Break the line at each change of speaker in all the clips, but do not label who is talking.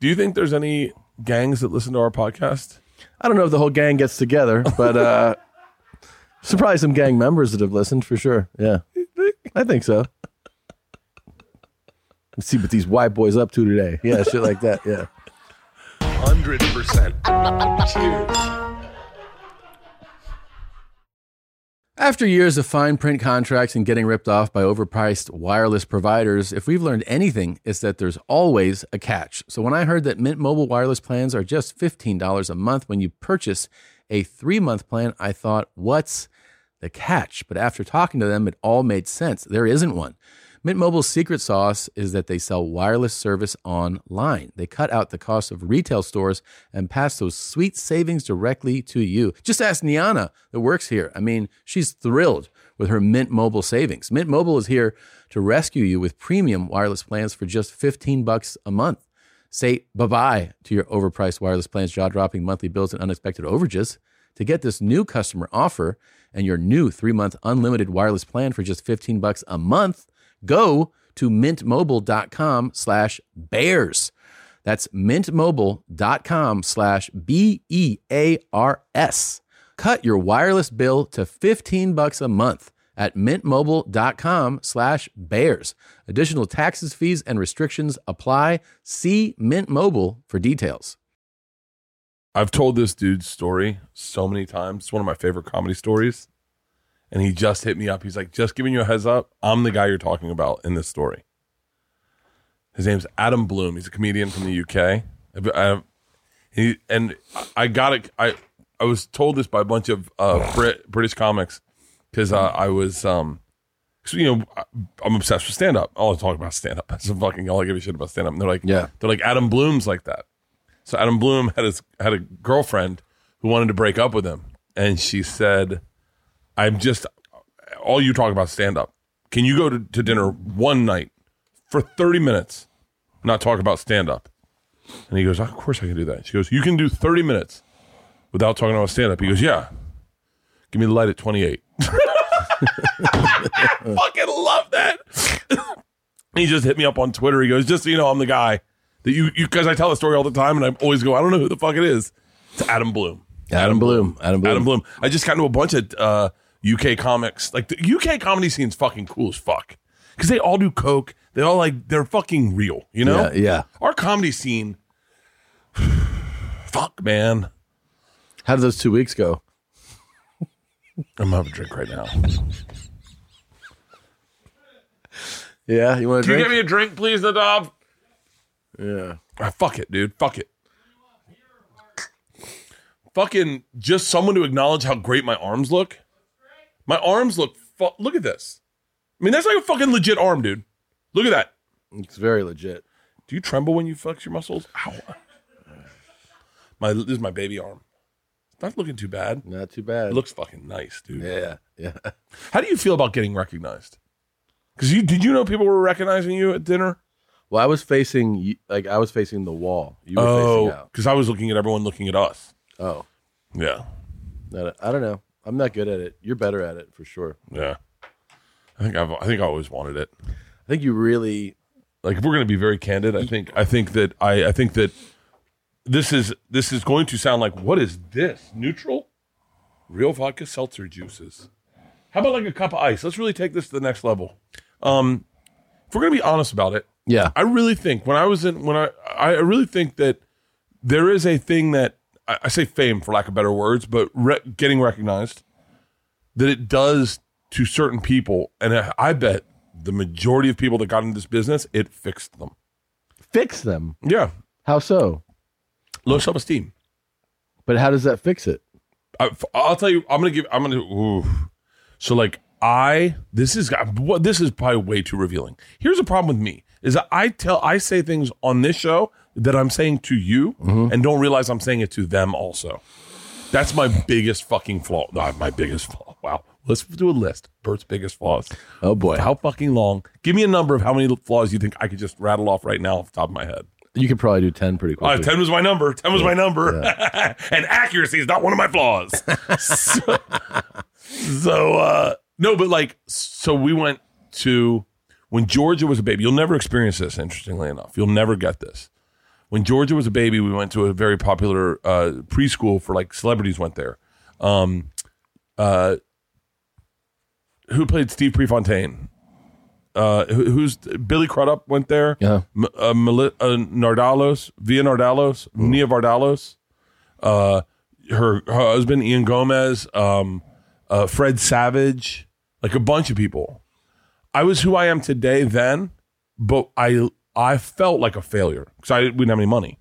Do you think there's any gangs that listen to our podcast?
I don't know if the whole gang gets together, but uh, surprise some gang members that have listened for sure. Yeah, I think so. Let's see what these white boys up to today. Yeah, shit like that. Yeah.
Hundred percent.
After years of fine print contracts and getting ripped off by overpriced wireless providers, if we've learned anything, it's that there's always a catch. So when I heard that Mint Mobile wireless plans are just $15 a month when you purchase a three month plan, I thought, what's the catch? But after talking to them, it all made sense. There isn't one. Mint Mobile's secret sauce is that they sell wireless service online. They cut out the cost of retail stores and pass those sweet savings directly to you. Just ask Niana that works here. I mean, she's thrilled with her Mint Mobile savings. Mint Mobile is here to rescue you with premium wireless plans for just 15 bucks a month. Say bye bye to your overpriced wireless plans, jaw dropping monthly bills, and unexpected overages. To get this new customer offer and your new three month unlimited wireless plan for just 15 bucks a month, go to mintmobile.com slash bears. That's mintmobile.com slash B E A R S. Cut your wireless bill to 15 bucks a month at mintmobile.com slash bears. Additional taxes, fees, and restrictions apply. See Mint Mobile for details.
I've told this dude's story so many times. It's one of my favorite comedy stories. And he just hit me up. He's like, just giving you a heads up, I'm the guy you're talking about in this story. His name's Adam Bloom. He's a comedian from the UK. I- I- um, he, and I got it. I, I was told this by a bunch of uh, Brit, British comics because uh, I was, um, 'cause, you know, I- I'm obsessed with stand up. All I talk about stand up. That's fucking all I give a shit about stand up. And they're like,
Yeah.
they're like Adam Bloom's like that. So Adam Bloom had his had a girlfriend who wanted to break up with him, and she said, "I'm just all you talk about is stand up. Can you go to, to dinner one night for 30 minutes, not talk about stand up?" And he goes, "Ah, "Of course I can do that." She goes, "You can do 30 minutes without talking about stand up." He goes, "Yeah, give me the light at 28." I fucking love that. he just hit me up on Twitter. He goes, "Just so you know, I'm the guy." that you you because I tell the story all the time and I always go, I don't know who the fuck it is. It's Adam Bloom.
Adam Bloom. Adam Bloom.
Adam Bloom. I just got into a bunch of uh, UK comics. Like the UK comedy scene's fucking cool as fuck because they all do coke. They all like they're fucking real. You know.
Yeah, yeah.
Our comedy scene. fuck man,
How did those two weeks go?
I'm gonna have a drink right now.
Yeah, you want to
Can you
drink?
get me a drink, please, Nadav?
yeah.
Ah, fuck it, dude. Fuck it. Fucking just someone to acknowledge how great my arms look. My arms look. Fu- look at this. I mean, that's like a fucking legit arm, dude. Look at that.
It's very legit.
Do you tremble when you flex your muscles? Ow. My this is my baby arm. It's not looking too bad.
Not too bad.
It looks fucking nice, dude.
Yeah, yeah.
How do you feel about getting recognized? Because you did you know people were recognizing you at dinner?
Well, I was facing y- like I was facing the wall. You were facing out.
because Oh, I was looking at everyone looking at us.
Oh,
Yeah.
not, I don't know. I'm not good at it. You're better at it for sure.
Yeah. I think I've I think I always wanted it.
I think you really.
Like if we're gonna be very candid, I think I think that I, I think that this is this is going to sound like what is this? Neutral? Real vodka seltzer juices. How about like a cup of ice? Let's really take this to the next level. Um if we're gonna be honest about it,
Yeah.
I really think when I was in when I I really think that there is a thing that I, I say fame for lack of better words, but re- getting recognized that it does to certain people, and I, I bet the majority of people that got into this business, it fixed them.
Fix them.
Yeah,
How so?
low self esteem.
But how does that fix it?
I, will tell you. I'm gonna give. I'm gonna. Ooh. So like I, this is what this is probably way too revealing. Here's a problem with me is that I tell I say things on this show that I'm saying to you
Mm-hmm.
and don't realize I'm saying it to them also. That's my biggest fucking flaw. Not my biggest flaw. Wow. Let's do a list. Bert's biggest flaws.
Oh boy,
How fucking long? Give me a number of how many flaws you think I could just rattle off right now off the top of my head.
you could probably do ten pretty
Uh,
quickly.
10 was my number. 10 was my number. and accuracy is not one of my flaws. so, so, uh, no, but like, so we went to when Georgia was a baby. You'll never experience this, interestingly enough. You'll never get this. When Georgia was a baby, we went to a very popular uh, preschool for like celebrities went there. Um, uh, who played Steve Prefontaine? Uh, who, who's Billy Crudup went there?
Yeah.
M- uh, Meli- uh, Nardalos, Via Nardalos, Nia Vardalos, uh, her, her husband Ian Gomez, um, uh, Fred Savage, like a bunch of people. I was who I am today then, but I I felt like a failure because I didn't- we didn't have any money.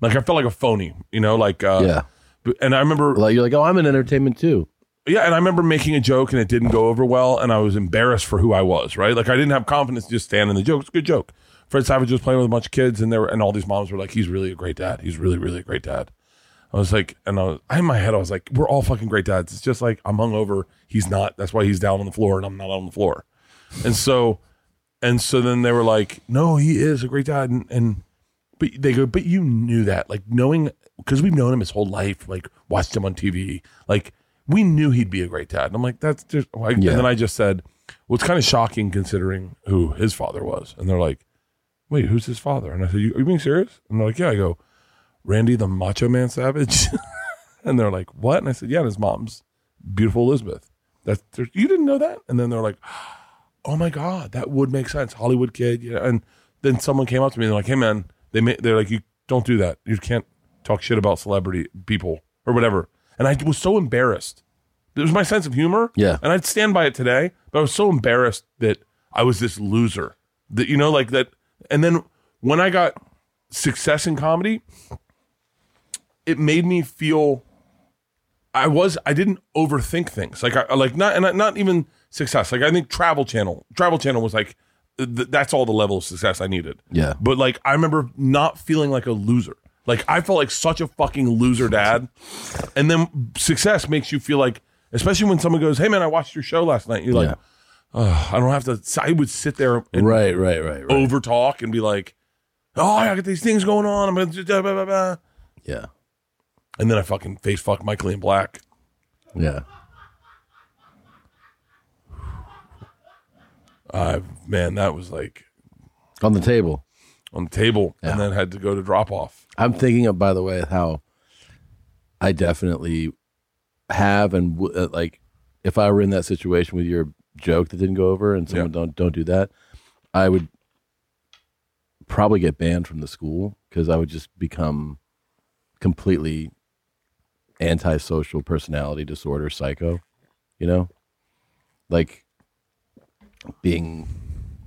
Like I felt like a phony, you know. Like uh,
Yeah.
b- And I remember
Like you're like, oh, I'm in entertainment too.
yeah, and I remember making a joke and it didn't go over well, and I was embarrassed for who I was, right? Like I didn't have confidence to just stand in the joke. It's a good joke. Fred Savage was playing with a bunch of kids, and there were, and all these moms were like, "He's really a great dad. He's really, really a great dad." I was like, and I was in my head, I was like, "We're all fucking great dads." It's just like I'm hungover. He's not. That's why he's down on the floor, and I'm not on the floor. And so, and so then they were like, "No, he is a great dad," and, and but they go, but you knew that, like knowing because we've known him his whole life, like watched him on TV, like we knew he'd be a great dad. And I'm like, that's just. Like,
Yeah.
And then I just said, well, it's kind of shocking considering who his father was. And they're like, wait, who's his father? And I said, you, are you being serious? And they're like, yeah. I go, Randy the Macho Man Savage. and they're like, what? And I said, yeah, and his mom's beautiful Elizabeth. That's you didn't know that? And then they're like, oh my god, that would make sense. Hollywood kid, you know. And then someone came up to me and they're like, hey man, they ma- they're like, you don't do that. You can't talk shit about celebrity people or whatever. And I was so embarrassed. It was my sense of humor.
Yeah.
And I'd stand by it today, but I was so embarrassed that I was this loser. That you know, like that. And then when I got success in comedy, it made me feel I was I didn't overthink things like I like not and not- not even success like I think Travel Channel Travel Channel was like th- that's all the level of success I needed
Yeah.
but like I remember not feeling like a loser like I felt like such a fucking loser dad and then success makes you feel like especially when someone goes hey man I watched your show last night you're like
Yeah.
"Ugh, I don't have to I would sit there and
Right, right, right, right.
over talk and be like oh I got these things going on I'm gonna do da- blah, blah, blah."
Yeah.
and then I fucking face fucked Michael in Black
Yeah.
I Uh, man, that was like
On the table.
on the table, and then had to go to drop off.
I'm thinking of, by the way, how I definitely have and w- uh, like if I were in that situation with your joke that didn't go over and someone don't don't do that, I would probably get banned from the school because I would just become completely antisocial personality disorder psycho, you know, like being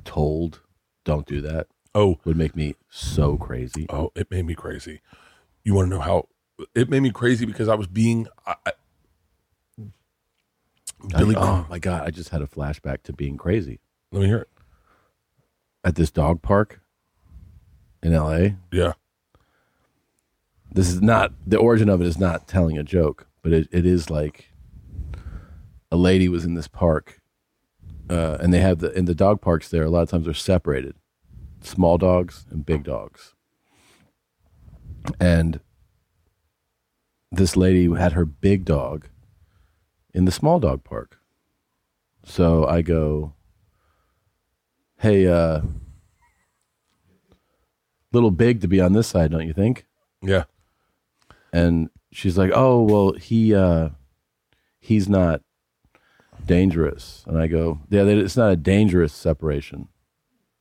told don't do that
Oh,
would make me so crazy.
oh, it made me crazy. You want to know how it made me crazy because I was being I, I, Billy.
Like, oh my god! I just had a flashback to being crazy
Let me hear it.
at this dog park in L.A.
Yeah,
This is not the origin of it is not telling a joke, but it, it is like a lady was in this park, uh, and they have the in the dog parks there. A lot of times they're separated, small dogs and big dogs, and this lady had her big dog in the small dog park. So I go, hey, uh, little big to be on this side, don't you think?
yeah.
And she's like, oh, well, he, uh, he's not dangerous. And I go, yeah, that- it's not a dangerous separation.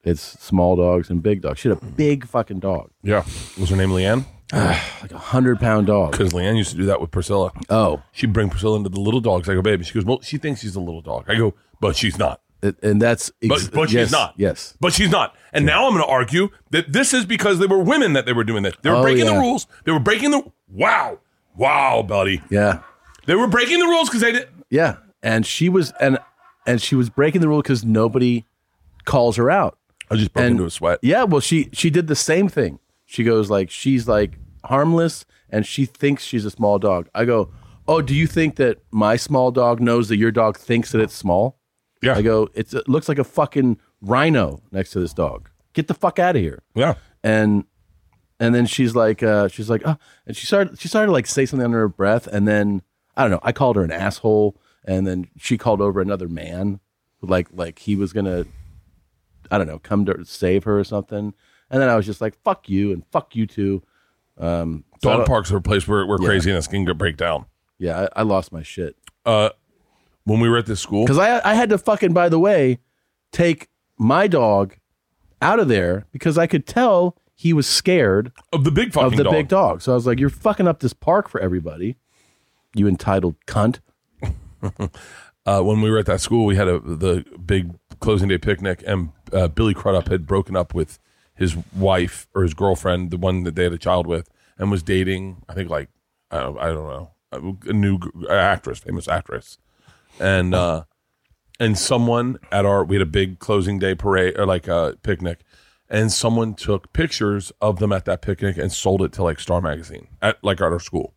It's small dogs and big dogs. She had a big fucking dog,
Yeah, was her name Leanne?
like a hundred pound dog.
Because Leanne used to do that with Priscilla.
Oh,
She'd bring Priscilla into the little dogs. I go, baby. She goes, well, she thinks she's a little dog. I go, but she's not.
and- and that's
But- but she's
yes,
not.
Yes,
But she's not. And now I'm going to argue that this is because they were women that they were doing that. They were
Oh,
breaking the
yeah.
rules. They were breaking the wow, wow, buddy.
yeah.
They were breaking the rules because they did.
Yeah, and she was and and she was breaking the rule because nobody calls her out.
I just broke
And-
into a sweat.
Yeah, well, she she did the same thing. She goes like she's like harmless, and she thinks she's a small dog. I go, oh, do you think that my small dog knows that your dog thinks that it's small?
Yeah.
I go, it's, it looks like a fucking rhino next to this dog. Get the fuck out of here.
Yeah.
and and then she's like uh she's like oh and she started she started to like say something under her breath and then i don't know i called her an asshole and then she called over another man like like he was gonna i don't know come to save her or something And then I was just like, fuck you and fuck you too. Um, so I
Dog
don't-
parks are a place where, where
Yeah.
craziness can get break down.
Yeah, I, I lost my shit.
Uh, when we were at this school,
Because I, I had to fucking, by the way, take my dog out of there because I could tell he was scared
of the big fucking
of the
dog.
big dog. So I was like, you're fucking up this park for everybody, you entitled cunt.
uh, when we were at that school, we had a the big closing day picnic, and uh, Billy Crudup had broken up with his wife or his girlfriend, the one that they had a child with, and was dating. I think like I don't, I don't know a- a new g- actress, famous actress, and uh, and someone at our we had a big closing day parade or like a picnic. And someone took pictures of them at that picnic and sold it to like Star Magazine at like at our school.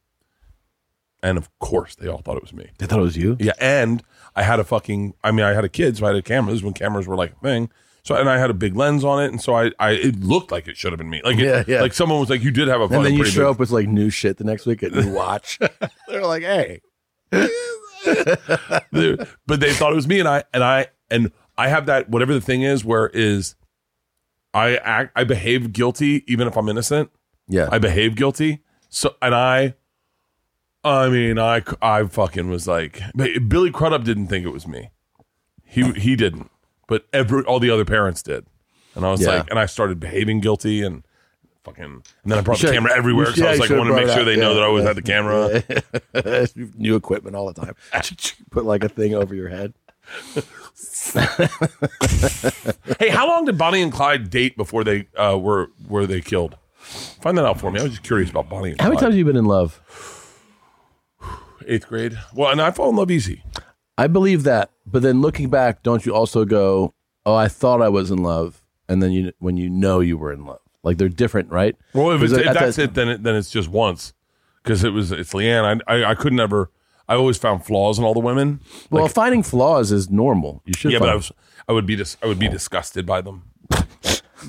And of course, they all thought it was me.
They thought it was you.
Yeah, and I had a fucking. I mean, I had a kid, so I had cameras when cameras were like a thing. So and I had a big lens on it, and so I, I it looked like it should have been me. Like it,
Yeah, yeah.
like someone was like, you did have a.
And then
fucking
you
pretty
show
big-
up with like new shit the next week, a new watch. They're like, hey,
They- but they thought it was me and I and I and I have that whatever the thing is where is I act I behave guilty even if I'm innocent.
yeah,
I behave guilty. So and I I mean I I fucking was like but Billy Crudup didn't think it was me. He he didn't. But every all the other parents did. And I was
Yeah.
like and I started behaving guilty and fucking and then I brought
You
the
should-
camera everywhere cuz
yeah,
I was
you
like
should
wanted to
have
make
brought
sure
it
they
out.
know
Yeah.
that I always had the camera.
new equipment all the time. Put like a thing over your head.
Hey, how long did Bonnie and Clyde date before they uh, were were they killed? Find that out for me. I was just curious about Bonnie and
How many
Clyde.
times have you been in love?
Eighth grade. Well, and I fall in love easy.
I believe that, but then looking back, don't you also go, "Oh, I thought I was in love," and then you when you know you were in love, like they're different, right?
Well, if, it's,
Because
if
at that-
that's it, then it, then it's just once because it was it's Leanne. I, I I could never. I always found flaws in all the women.
Well, finding flaws is normal. You should.
Yeah,
find
but I was I would be dis, I would be disgusted by them.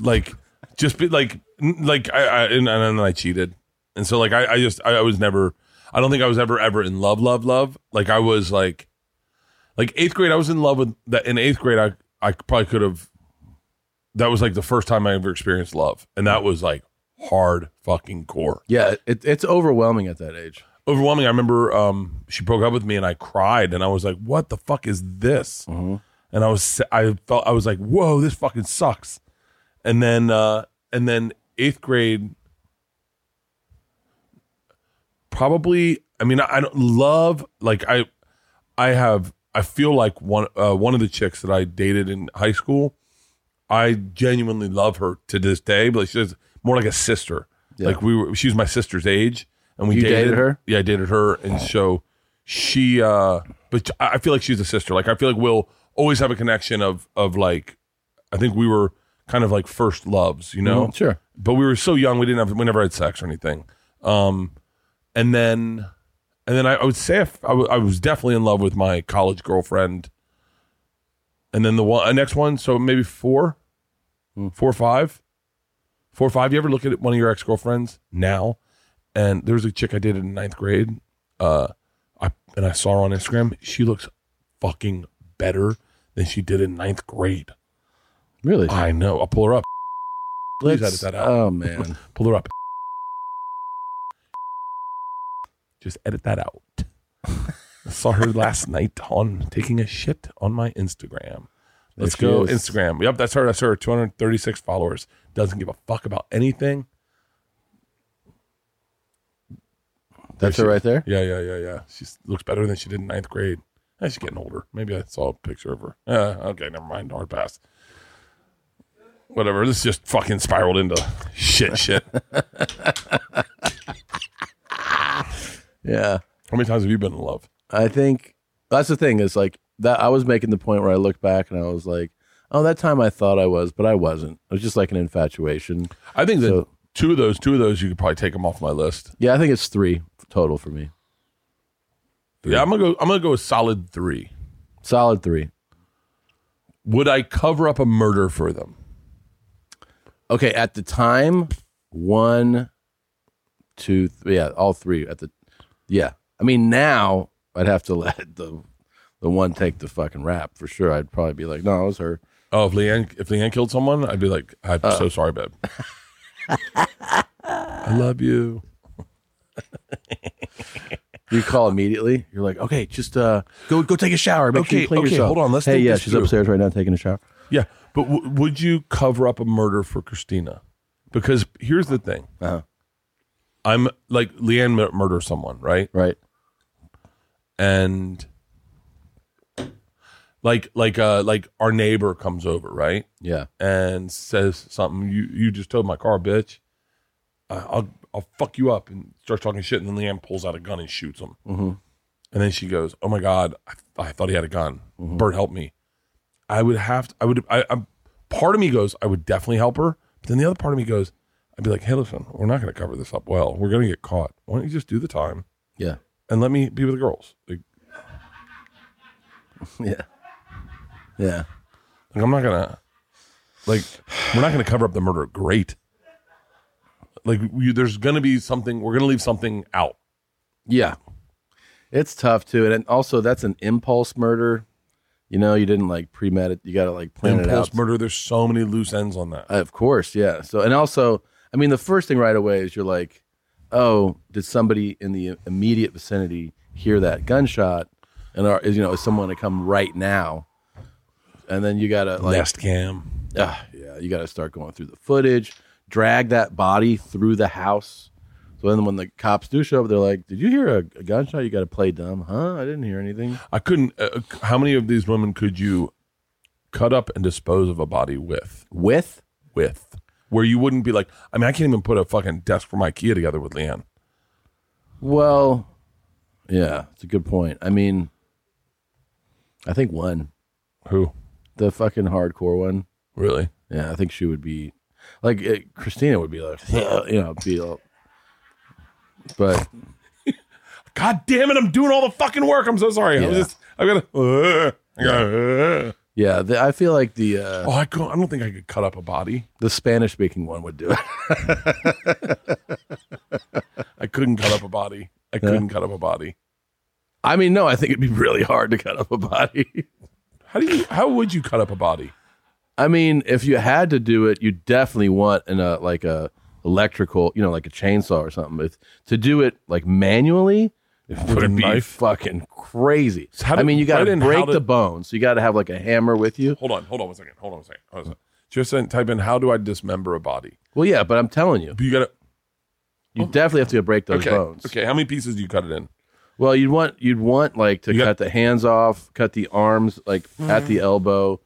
like just be like n- like I, I and, and then I cheated, and so like I I just I, I was never. I don't think I was ever ever in love love love. Like I was like like eighth grade. I was in love with that in eighth grade. I I probably could have. That was like the first time I ever experienced love, and that was like hard fucking core.
yeah, it, it's overwhelming at that age.
overwhelming. I remember um, she broke up with me and I cried and I was like, "What the fuck is this?" And I was I felt I was like, "Whoa, this fucking sucks." And then uh, and then eighth grade, probably. I mean, I, I don't love like I I have I feel like one uh, one of the chicks that I dated in high school. I genuinely love her to this day, but she's more like a sister. Like we were, she was my sister's age, and we
You dated her? Oh.
Yeah, I dated her, and so she. uh But I I feel like she's a sister. Like I feel like we'll always have a connection of of like. I think we were kind of like first loves, you know.
Mhm, sure.
But we were so young, we didn't have, we never had sex or anything. Um, and then and then I, I would say if I, w- I was definitely in love with my college girlfriend, and then the one uh, next one, so maybe four, four or five, four or five. You ever look at one of your ex girlfriends now, and there was a chick I dated in ninth grade, uh, I and I saw her on Instagram. She looks fucking better than she did in ninth grade.
Really?
I know. I'll pull her up. Oh, Please
Let's-
edit that out.
Oh man.
Pull her up. Just edit that out. I saw her last night on taking a shit on my Instagram. Let's
she
go
is.
Instagram. Yep, that's her. That's her. 236 followers. Doesn't give a fuck about anything.
That's
she-
it right there.
Yeah, yeah, yeah, yeah. She s- looks better than she did in ninth grade. Eh, she's getting older. Maybe I saw a picture of her. Uh, okay, never mind. Hard pass. Whatever. This just fucking spiraled into shit, shit.
Yeah.
How many times have you been in love?
I think that's the thing is like that I was making the point where I looked back and I was like, oh, that time I thought I was, but I wasn't. It was just like an infatuation.
I think that
So-
two of those, two of those, you could probably take them off my list.
Yeah, I think it's three total for me.
Yeah, I'm gonna go. I'm gonna go a solid three.
Solid three.
Would I cover up a murder for them?
Okay, at the time, one, two, three. Yeah, all three at the. Yeah, I mean now I'd have to let the the one take the fucking rap for sure. I'd probably be like, no, it was her.
Oh, if Leanne if Leanne killed someone, I'd be like, I'm
Uh.
so sorry, babe. I love you.
You call immediately. You're like, okay, just uh, go go take a shower. Make sure
Okay,
you clean
okay,
yourself.
hold on, let's
hey,
think
yeah,
this
she's
through.
upstairs right now taking a shower.
Yeah, but w- would you cover up a murder for Christina? Because here's the thing.
Uh-huh.
I'm like Leanne mur- murders someone, right?
Right.
And like like uh like our neighbor comes over, right?
Yeah.
and says something. You you just towed my car, bitch. I- I'll I'll fuck you up and starts talking shit. And then Leanne pulls out a gun and shoots him.
Mhm.
And then she goes, "Oh my god, I, I thought he had a gun. Bert, help me. I would have to. I would. I, I part of me goes, I would definitely help her. But then the other part of me goes, I'd be like, Hey, listen, we're not going to cover this up. Well, we're going to get caught. Why don't you just do the time
Yeah.
and let me be with the girls? Like,
Yeah. Yeah.
Like I'm not gonna like we're not gonna cover up the murder. Great. Like we, there's gonna be something. We're gonna leave something out.
Yeah. It's tough too. And then also that's an impulse murder. You know, you didn't like premedit you gotta like plan it
Impulse
out.
murder. There's so many loose ends on that.
Of course, yeah. So and also, I mean the first thing right away is you're like, Oh, did somebody in the immediate vicinity hear that gunshot? And are is you know, is someone to come right now? And then you gotta like
Nest cam.
Ah, yeah, you got to start going through the footage, drag that body through the house. So then, when the cops do show up, they're like, "Did you hear a, a gunshot? You got to play dumb, huh? I didn't hear anything."
I couldn't. Uh, uh, how many of these women could you cut up and dispose of a body with?
With
With where you wouldn't be like, I mean, I can't even put a fucking desk from IKEA together with Leanne.
well, yeah, it's a good point. I mean, I think one,
Who
the fucking hardcore one.
really?
Yeah, I think she would be like eh, Christina would be like, you know, be, all- but
God damn it! I'm doing all the fucking work. I'm so sorry. I was
Yeah.
just. I gotta. Uh, I gotta uh.
yeah, the, I feel like the uh,
Oh, I, couldn't- I don't think I could cut up a body.
the Spanish speaking one would do it.
I couldn't cut up a body. I couldn't cut up a body.
I mean, no, I think it'd be really hard to cut up a body.
How do you? How would you cut up a body?
I mean, if you had to do it, you definitely want an uh, like a electrical, you know, like a chainsaw or something. If, to do it like manually
With a
would be
knife?
fucking crazy.
So how
I
did-
mean, you got
why
to
didn't- how
break the
did-
bone, so you got to have like a hammer with you.
Hold on. Hold on one second. Hold on one second. Hold on a second. Just then type in how do I dismember a body?
Well, yeah, but I'm telling you,
But you gotta
you definitely have to break those
okay.
bones.
Okay. How many pieces do you cut it in?
Well, you'd want you'd want like to
You got- Mm.
cut the hands off, cut the arms like at the elbow,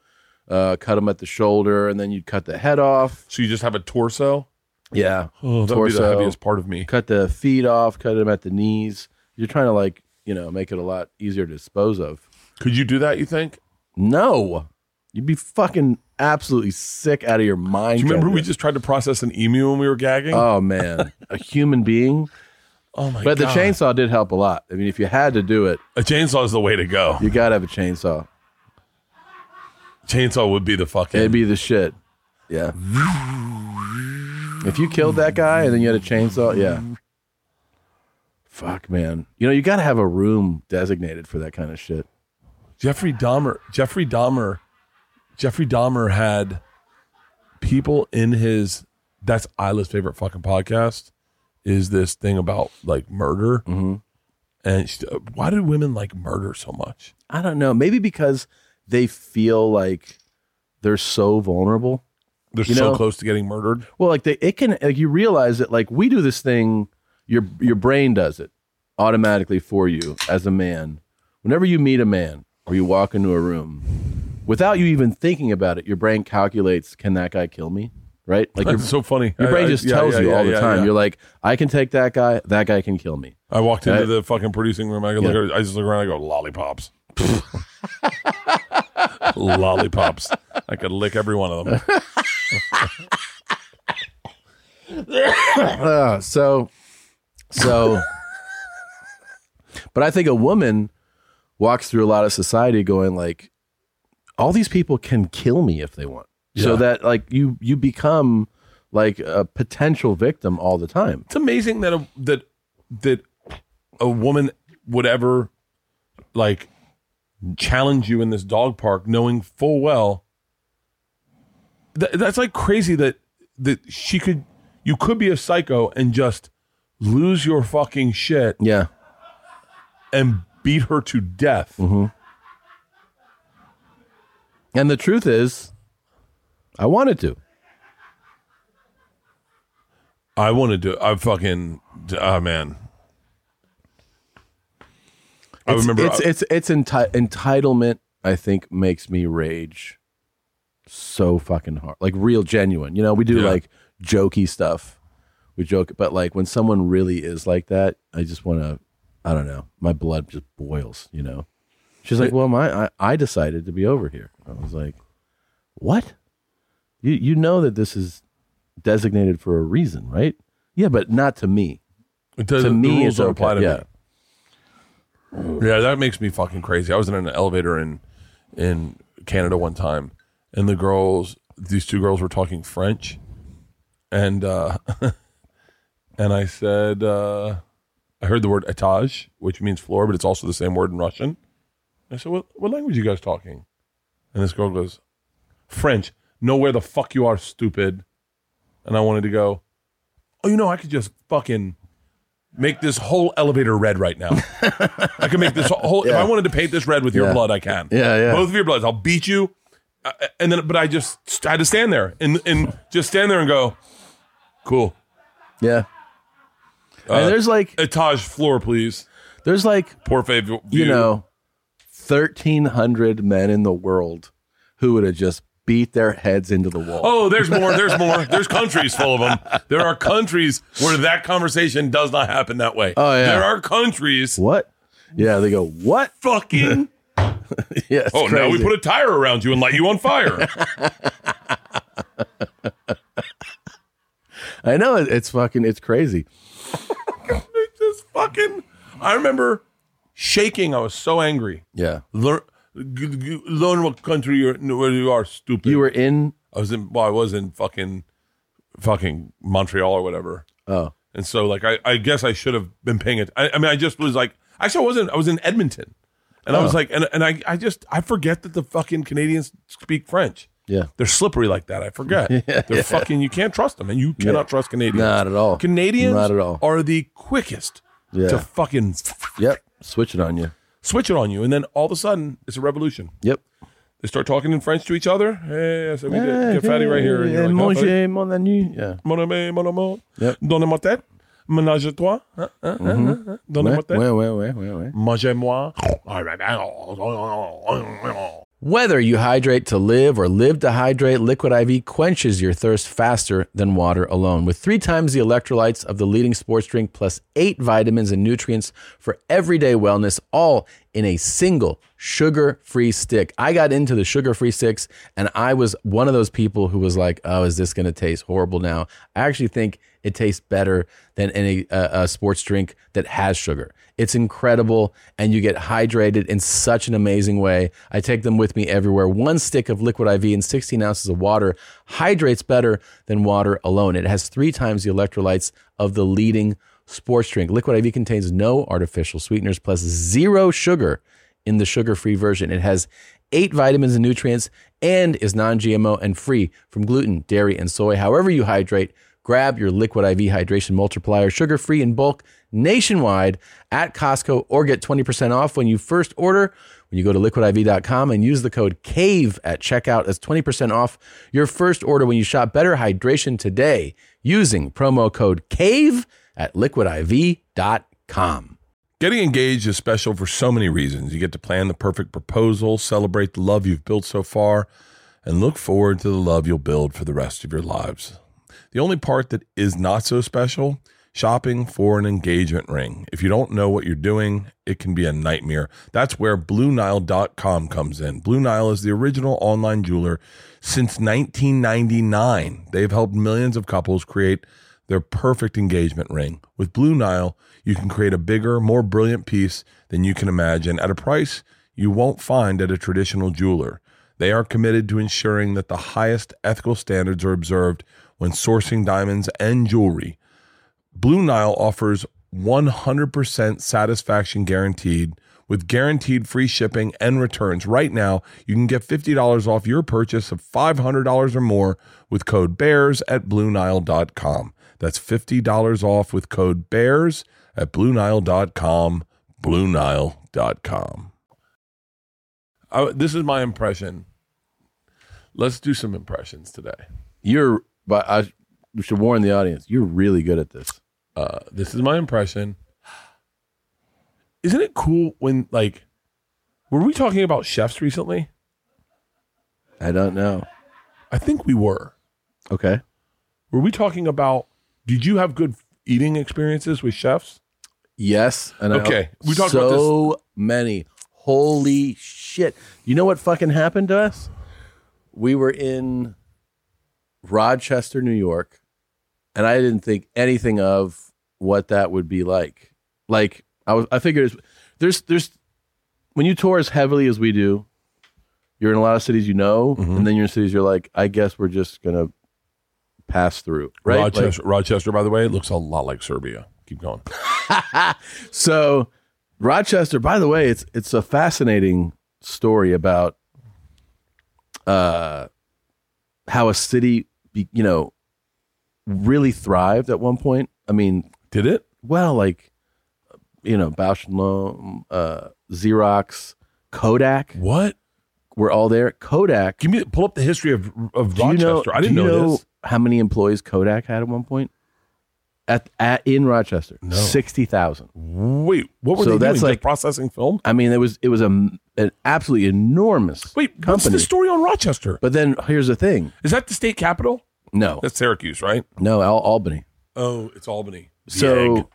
uh, cut them at the shoulder, and then you'd cut the head off.
So you just have a torso.
Yeah,
Oh, that would be the
Torso.
heaviest part of me.
cut the feet off, cut them at the knees. You're trying to like, you know, make it a lot easier to dispose of.
Could you do that? You think?
No, you'd be fucking absolutely sick out of your mind.
Do you remember
trying to
we
do
just tried to process an emu when we were gagging?
that. Oh man, a human being.
oh my
But the
God.
chainsaw did help a lot. I mean, if you had to do it,
A chainsaw is the way to go.
you gotta have a chainsaw.
Chainsaw would be the fucking.
It'd be the shit. Yeah. If you killed that guy and then you had a chainsaw, yeah. Fuck, man. You know, you gotta have a room designated for that kind of shit.
Jeffrey Dahmer. Jeffrey Dahmer. Jeffrey Dahmer had people in his. That's Isla's favorite fucking podcast. Is this thing about like murder?
Mm-hmm.
And she, why do women like murder so much?
I don't know. Maybe because they feel like they're so vulnerable.
They're
You
so
know-
close to getting murdered.
Well, like they, it can. Like you realize that, like we do this thing. Your your brain does it automatically for you as a man. Whenever you meet a man or you walk into a room, without you even thinking about it, your brain calculates: Can that guy kill me? Right? Like your,
It's so funny.
your
I-
brain
I-
just
yeah,
tells
yeah,
you
yeah,
all the
yeah,
time.
yeah.
You're like, I can take that guy. That guy can kill me.
I walked
I-
into the fucking producing room. I could look. at-
Yeah.
I just look around. I go lollipops. lollipops. I could lick every one of them.
Uh, so, so, but I think a woman walks through a lot of society going like, all these people can kill me if they want. So
Yeah.
that like you you become like a potential victim all the time.
it's amazing that a, that that a woman would ever like challenge you in this dog park knowing full well Th- that's like crazy that that she could you could be a psycho and just lose your fucking shit
Yeah.
and beat her to death.
Mm-hmm. And the truth is, I wanted to.
I want to do. I fucking. Ah man. I
It's-
remember. uh,
it's it's it's enti- entitlement. I think makes me rage so fucking hard, like real genuine. You know, we do
Yeah.
like jokey stuff. We joke, but like when someone really is like that, I just want to. I don't know. My blood just boils. You know. She's like, "Well, my I, I decided to be over here." I was like, "What? You you know that this is designated for a reason, right? Yeah, but not to me.
it doesn't,
To
the
me,
rules
it's
don't
okay.
apply to
yeah.
me. Yeah, that makes me fucking crazy. I was in an elevator in in Canada one time, and the girls, these two girls, were talking French, and uh, and I said, uh, I heard the word etage, which means floor, but it's also the same word in Russian. I said, "What what language you guys talking?" And this girl goes, "French." Know where the fuck you are, stupid. And I wanted to go. Oh, you know, I could just fucking make this whole elevator red right now. I could make this whole. If I wanted to paint this red with your
Yeah.
blood, I can.
Yeah, yeah.
Both of your bloods. I'll beat you. Uh, and then, but I just I had to stand there and and just stand there and go, cool.
Yeah.
Uh,
and there's like
Etage floor, please.
there's like
Poor favor.
you know 1300 men in the world who would have just beat their heads into the wall.
Oh, there's more. There's more. There's countries full of them. There are countries where that conversation does not happen that way.
Oh, yeah.
There are countries.
What? Yeah, they go, "What?"
Fucking.
Yeah. it's
Oh, now we
crazy.
put a tire around you and light you on fire.
I know it- it's fucking it's crazy.
It just fucking. I remember shaking. I was so angry.
Yeah.
Learn, g- g- learn what country you're, where you are. Stupid.
You were in
I was in. Well, I was in fucking, fucking Montreal or whatever.
Oh.
And so, like, I, I guess I should have been paying it. I, I mean, I just was like, actually, I wasn't. I was in Edmonton, and
Oh.
I was like, and, and I, I just, I forget that the fucking Canadians speak French.
Yeah.
They're slippery like that. I forget. They're fucking. You can't trust them, and you cannot trust Canadians.
Not at all.
Canadians
Not at all.
are the quickest
Yeah.
to fucking
Yep. Switch it on you.
switch it on you, and then all of a sudden, it's a revolution.
Yep.
They start talking in French to each other. Hey, I said, we did get fatty right here. And you're
Eh,
like, "Huh, buddy?"
manger mon anu. Yeah.
Mon ami, mon amour.
Yep. Mm-hmm.
Donnez-moi tête. Ménage à toi. Hein, hein, hein, hein, hein. Donnez-moi tête.
Where, where, where, where, where?
Mangez-moi.
Whether you hydrate to live or live to hydrate, Liquid IV quenches your thirst faster than water alone. With three times the electrolytes of the leading sports drink, plus eight vitamins and nutrients for everyday wellness, all in a single sugar free stick. I got into the sugar free sticks, and I was one of those people who was like, oh, is this going to taste horrible now? I actually think it tastes better than any uh, uh, sports drink that has sugar. It's incredible, and you get hydrated in such an amazing way. I take them with me everywhere. One stick of liquid IV and 16 ounces of water hydrates better than water alone. It has three times the electrolytes of the leading sports drink. Liquid IV contains no artificial sweeteners plus zero sugar in the sugar free version. It has eight vitamins and nutrients and is non GMO and free from gluten, dairy, and soy. However, you hydrate, grab your Liquid IV Hydration Multiplier sugar free in bulk nationwide at Costco or get 20% off when you first order. When you go to liquidiv.com and use the code CAVE at checkout, that's 20% off your first order when you shop Better Hydration today using promo code CAVE at liquidiv.com.
Getting engaged is special for so many reasons. You get to plan the perfect proposal, celebrate the love you've built so far, and look forward to the love you'll build for the rest of your lives. The only part that is not so special shopping for an engagement ring. If you don't know what you're doing, it can be a nightmare. That's where BlueNile.com comes in. Blue Nile is the original online jeweler since 1999. They've helped millions of couples create their perfect engagement ring. With Blue Nile, you can create a bigger, more brilliant piece than you can imagine at a price you won't find at a traditional jeweler. They are committed to ensuring that the highest ethical standards are observed when sourcing diamonds and jewelry. Blue Nile offers 100% satisfaction guaranteed with guaranteed free shipping and returns. Right now, you can get $50 off your purchase of $500 or more with code BEARS at BlueNile.com. That's $50 off with code BEARS at BlueNile.com. BlueNile.com. I, this is my impression. Let's do some impressions today.
You're, but I should warn the audience. You're really good at this.
Uh, this is my impression. Isn't it cool when, like, were we talking about chefs recently?
I don't know.
I think we were.
Okay.
Were we talking about, did you have good eating experiences with chefs?
Yes. And
Okay,
I,
we talked
so
about this.
many. Holy shit! You know what fucking happened to us? We were in Rochester, New York, and I didn't think anything of what that would be like. Like I was, I figured it's- there's there's when you tour as heavily as we do, you're in a lot of cities you know,
Mm-hmm.
and then you're in cities you're like, I guess we're just gonna pass through, right? Like,
Rochester, Rochester, by the way, looks a lot like Serbia. Keep going.
So Rochester, by the way, it's it's a fascinating story about uh how a city be, you know really thrived at one point. I mean,
Did it?
well, like you know, Bausch and Lomb, uh Xerox, Kodak
What?
were all there. Kodak
Give me pull up the history of of
do you
Rochester.
know,
I didn't
do you
know, this.
how many employees Kodak had at one point? At, at in Rochester,
No.
sixty thousand.
Wait, what were
So
they
that's
doing? Just
like-
processing film.
I mean, it was it was a, an absolutely enormous
Wait, what's
company.
the story on Rochester?
But then here's the thing:
Is that the state capital?
no,
That's Syracuse, right?
no, Al- Albany.
Oh, it's Albany. The
So,
egg.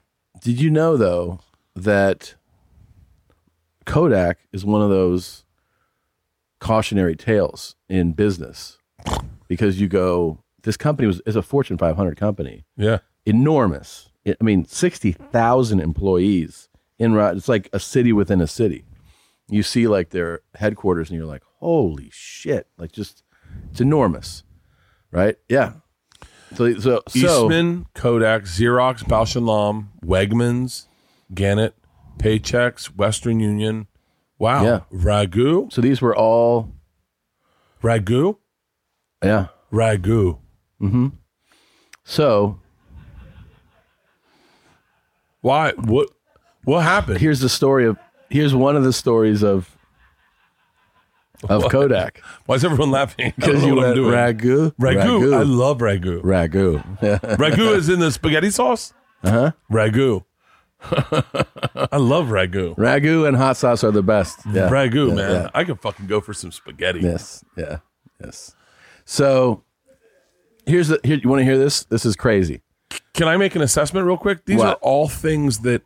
did you know though that Kodak is one of those cautionary tales in business because you go, this company was is a Fortune 500 company,
yeah,
enormous. I I mean, 60,000 employees in Ro- it's like a city within a city. You see like their headquarters and you're like, "Holy shit." Like just it's enormous. Right? Yeah. So so so
Eastman, Kodak, Xerox, Bausch and Lomb, Wegmans, Gannett, Paychex, Western Union. Wow,
Yeah.
Ragu,
so these were all
Ragu,
yeah.
Ragu.
So,
Why? What? What happened?
here's the story of here's one of the stories of of
What?
Kodak
Why is everyone laughing? I don't
because
know
you
what I'm
went
doing.
ragu
Ragu. I love ragu.
ragu ragu.
Ragu is in the spaghetti sauce.
Uh-huh.
Ragu. I love ragu.
ragu and hot sauce are the best. Yeah.
Ragu,
Yeah,
man.
yeah.
I could fucking go for some spaghetti.
Yes. Yeah. Yes. So here's the here you want to hear this? This is crazy.
Can I make an assessment real quick? These
What?
are all things that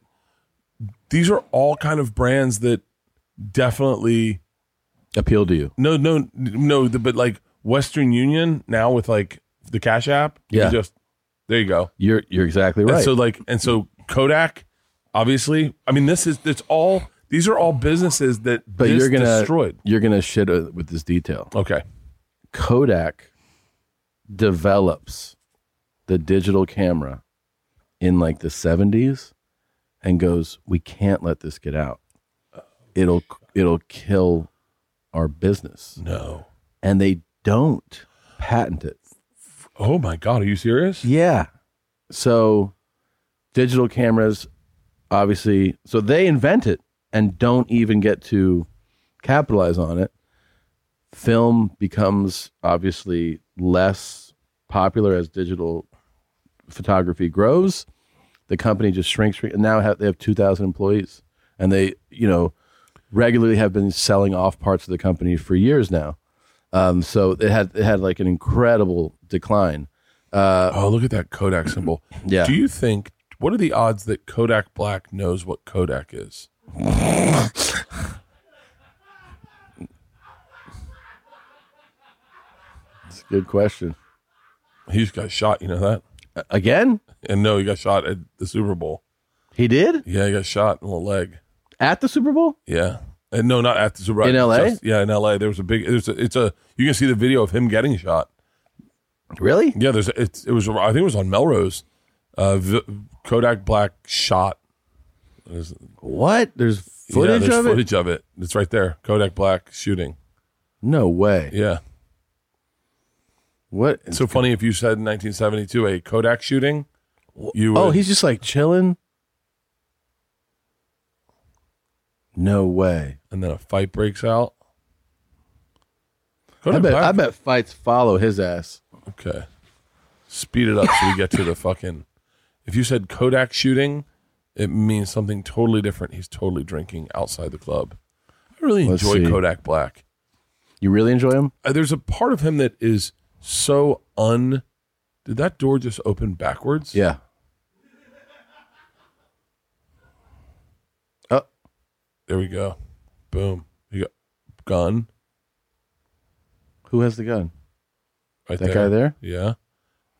these are all kind of brands that definitely
Appeal to you.
no no no the- but like Western Union now with like the Cash App. you
Yeah.
just there you go.
You're you're exactly right.
And so like and so Kodak, obviously. I mean, this is it's all these are all businesses that
but
this
you're gonna
destroyed.
you're gonna shit uh, with this detail.
Okay.
Kodak develops the digital camera in like the 70s and goes, "We can't let this get out. It'll it'll kill our business."
No.
And they don't patent it.
Oh my god, are you serious?
Yeah. So digital cameras obviously so they invent it and don't even get to capitalize on it. Film becomes obviously less popular as digital photography grows. The company just shrinks shrink- and now have, they have 2000 employees and they, you know, regularly have been selling off parts of the company for years now. Um, so it had it had like an incredible decline. Uh,
Oh, look at that Kodak symbol.
yeah.
Do you think what are the odds that Kodak Black knows what Kodak is?
Good question.
He just got shot, you know that?
Again?
And no, he got shot at the Super Bowl.
He did
Yeah, he got shot in the leg.
at the Super Bowl.
Yeah. And no, not at the Super Bowl.
In LA?
Just- yeah, in LA. There was a big there's a, it's a you can see the video of him getting shot.
Really?
Yeah, there's it's, it was I think it was on Melrose. Uh, v- Kodak Black shot There's,
What? There's footage
yeah, there's
of it?
footage of it. It's right there. Kodak Black shooting.
No way.
Yeah.
What?
It's so funny if you said in 1972 a Kodak shooting, you
oh,
would-
he's just like chilling. No way.
and then a fight breaks out.
I
Kodak
bet. I
Black-
bet fights follow his ass.
Okay. Speed it up so we get to the fucking. If you said Kodak shooting, it means something totally different. He's totally drinking outside the club. I really
Let's
enjoy
see.
Kodak Black.
You really enjoy him?
Uh, There's a part of him that is so un. Did that door just open backwards?
Yeah. Oh,
There we go. Boom. You got gun
who has the gun?
right
That
there.
guy there?
Yeah.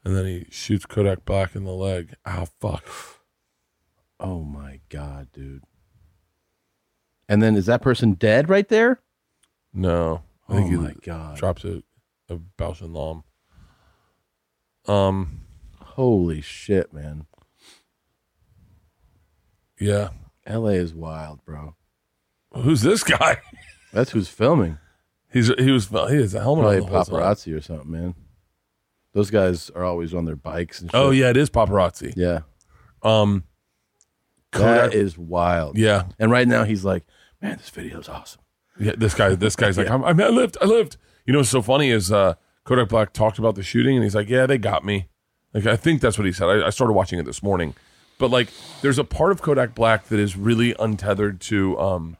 And then he shoots Kodak Black in the leg. Ow, fuck.
Oh my god, dude. And then is that person dead right there?
No. I
Oh
think he
my god.
drops a, a Bausch and Lomb. Um.
Holy shit, man.
Yeah.
LA is wild, bro.
Who's this guy?
That's who's filming.
He's he was he has a helmet on
Probably
the whole time.
paparazzi or something, man. Those guys are always on their bikes and shit.
Oh yeah, it is paparazzi.
Yeah.
Um, Kodak.
That is wild.
yeah,
And right now he's like, man, this video's awesome.
yeah. This guy, this guy's like, I'm, I'm, I lived, I lived. You know what's so funny is uh, Kodak Black talked about the shooting, and he's like, yeah, they got me. Like I think that's what he said. I, I started watching it this morning, but like, there's a part of Kodak Black that is really untethered to um,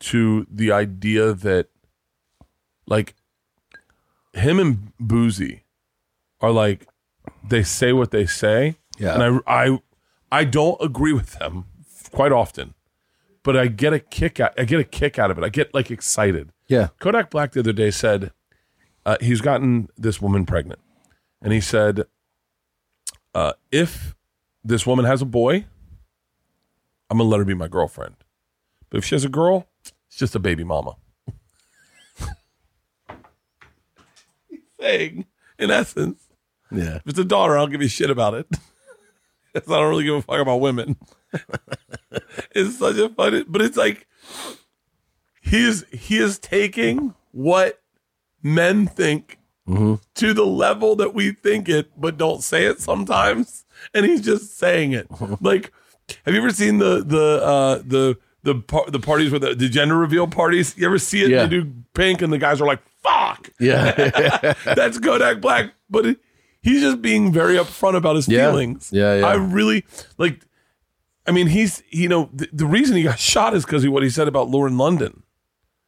to the idea that, like, him and Boozy are like, they say what they say.
Yeah.
and I, I I don't agree with them quite often, but I get a kick out. I get a kick out of it. I get like excited.
yeah.
Kodak Black the other day said uh, he's gotten this woman pregnant, and he said uh, if this woman has a boy, I'm gonna let her be my girlfriend, but if she has a girl, it's just a baby mama. Saying in essence.
Yeah.
If it's a daughter, I don't give a shit about it. 'Cause I don't really give a fuck about women. it's such a funny, but it's like he is he is taking what men think
Mhm.
to the level that we think it, but don't say it sometimes, and he's just saying it. like, have you ever seen the the uh, the the par- the parties with the, the gender reveal parties? You ever see it?
Yeah.
They do pink, and the guys are like, "Fuck."
Yeah.
That's Kodak Black, but it, he's just being very upfront about his
Yeah.
feelings.
Yeah, yeah.
I really like. I mean, he's you know the, the reason he got shot is because of what he said about Lauren London.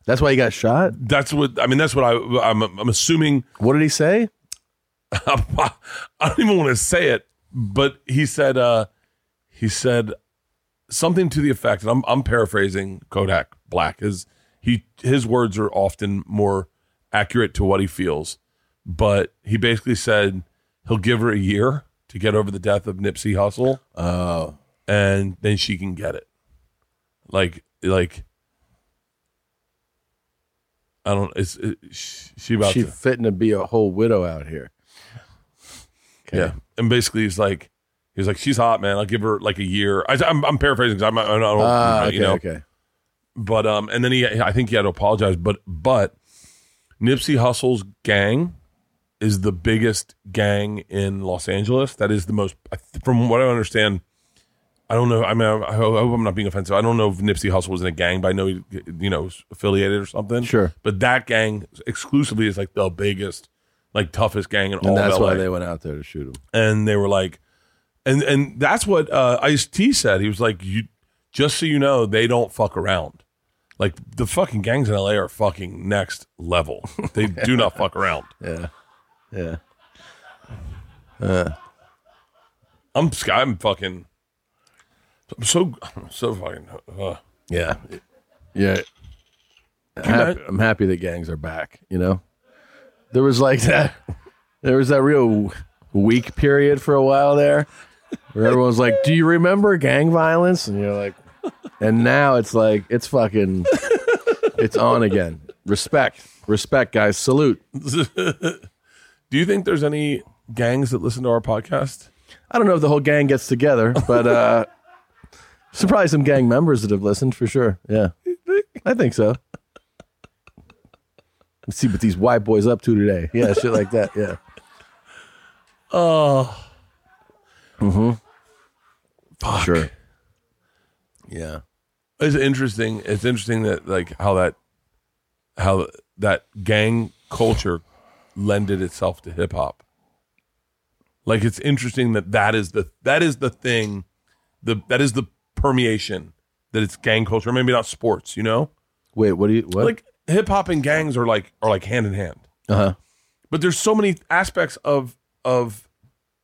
That's why he got shot?
That's what I mean. That's what I I'm, I'm assuming.
What did he say?
I don't even want to say it, but he said uh, he said something to the effect, and I'm I'm paraphrasing Kodak Black. His he his words are often more accurate to what he feels, but he basically said he'll give her a year to get over the death of Nipsey Hussle,
Oh.
and then she can get it. Like like. I don't. It's it, she, she about
She
to,
fitting to be a whole widow out here.
Yeah. And basically, he's like, he's like, she's hot, man. I'll give her like a year. I, am I'm paraphrasing because I'm, not- I don't,
Ah, okay,
you know.
okay.
But um, and then he, I think he had to apologize. But but Nipsey Hussle's gang is the biggest gang in Los Angeles. That is the most, I th- from what I understand. I don't know. I mean, I I hope I hope I'm not being offensive. I don't know if Nipsey Hussle was in a gang, but I know he, you know, was affiliated or something.
Sure.
But that gang exclusively is like the biggest, like toughest gang in all
And that's
of LA
why they went out there to shoot him.
and they were like, and and that's what uh, Ice T said. He was like, you just so you know, they don't fuck around. Like the fucking gangs in LA are fucking next level. They do not fuck around.
Yeah. Yeah.
I'm sc- I'm fucking. I'm so I'm so fucking. Uh,
Yeah. Yeah. Happy, I'm happy that gangs are back, you know? There was like that there was that real weak period for a while there where everyone's like, Do you remember gang violence? And you're like and now it's like it's fucking it's on again. Respect. Respect, guys. Salute.
do you think there's any gangs that listen to our podcast?
I don't know if the whole gang gets together, but uh There's probably some gang members that have listened for sure. Yeah. I think so. Let's see what these white boys up to today. Yeah, shit like that. Yeah.
Oh, fuck.
Mm-hmm. Sure. Yeah.
It's interesting. It's interesting that like how that how that gang culture lended itself to hip hop. Like it's interesting that that is the that is the thing, the that is the permeation that it's gang culture. Maybe not sports, you know.
Wait, what do you what?
Like hip hop and gangs are like are like hand in hand.
uh-huh.
but there's so many aspects of of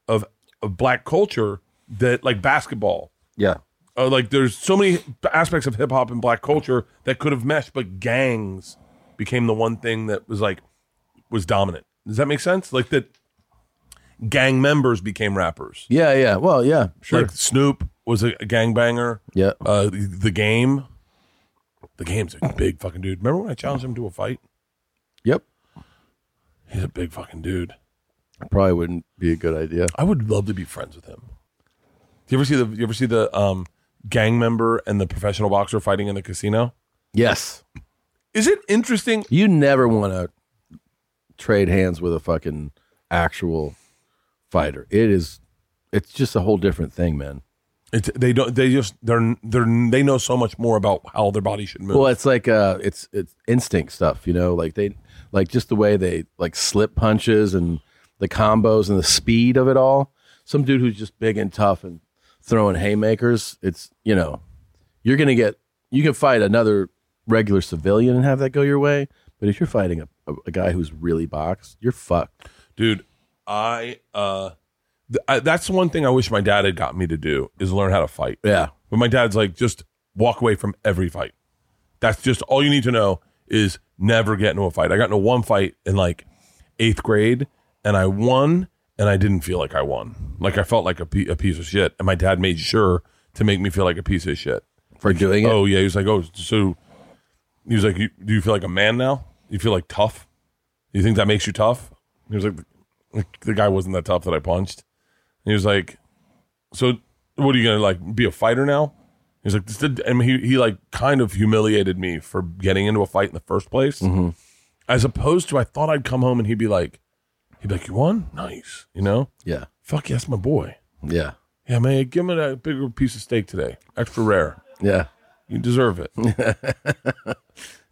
of, of black culture that like basketball
Yeah.
uh, like there's so many aspects of hip hop and black culture that could have meshed but gangs became the one thing that was like was dominant does that make sense like that gang members became rappers
Yeah, yeah. Well, yeah, sure.
like snoop was a, a gangbanger
yeah.
uh the, the game the game's a big fucking dude remember when i challenged him to a fight
Yep.
he's a big fucking dude
Probably wouldn't be a good idea.
I would love to be friends with him. Do you ever see the you ever see the um, gang member and the professional boxer fighting in the casino?
Yes.
Is it interesting?
You never want to trade hands with a fucking actual fighter. It is it's just a whole different thing, man.
It's, they don't. They just they're they're they know so much more about how their body should move.
Well, it's like uh, it's it's instinct stuff, you know. Like they, like just the way they like slip punches and the combos and the speed of it all. Some dude who's just big and tough and throwing haymakers. It's you know, you're gonna get you can fight another regular civilian and have that go your way, but if you're fighting a, a, a guy who's really boxed, you're fucked.
Dude, I uh, th- I, that's one thing I wish my dad had got me to do is learn how to fight.
Yeah,
But my dad's like, just walk away from every fight. That's just all you need to know is never get into a fight. I got into one fight in like eighth grade and I won and I didn't feel like I won. Like I felt like a, pe- a piece of shit. And my dad made sure to make me feel like a piece of shit.
for doing it.
Oh, yeah. He was like, oh, so he was like, you, do you feel like a man now? You feel like tough? You think that makes you tough? He was like, the, the guy wasn't that tough that I punched. And he was like, so what are you gonna like be a fighter now? He was like, this did, and he he like kind of humiliated me for getting into a fight in the first place, as opposed to I thought I'd come home and he'd be like, he'd be like, you won, nice, you know,
Yeah,
fuck yes, my boy,
yeah,
yeah, man, give me that bigger piece of steak today, extra rare.
yeah.
You deserve it. like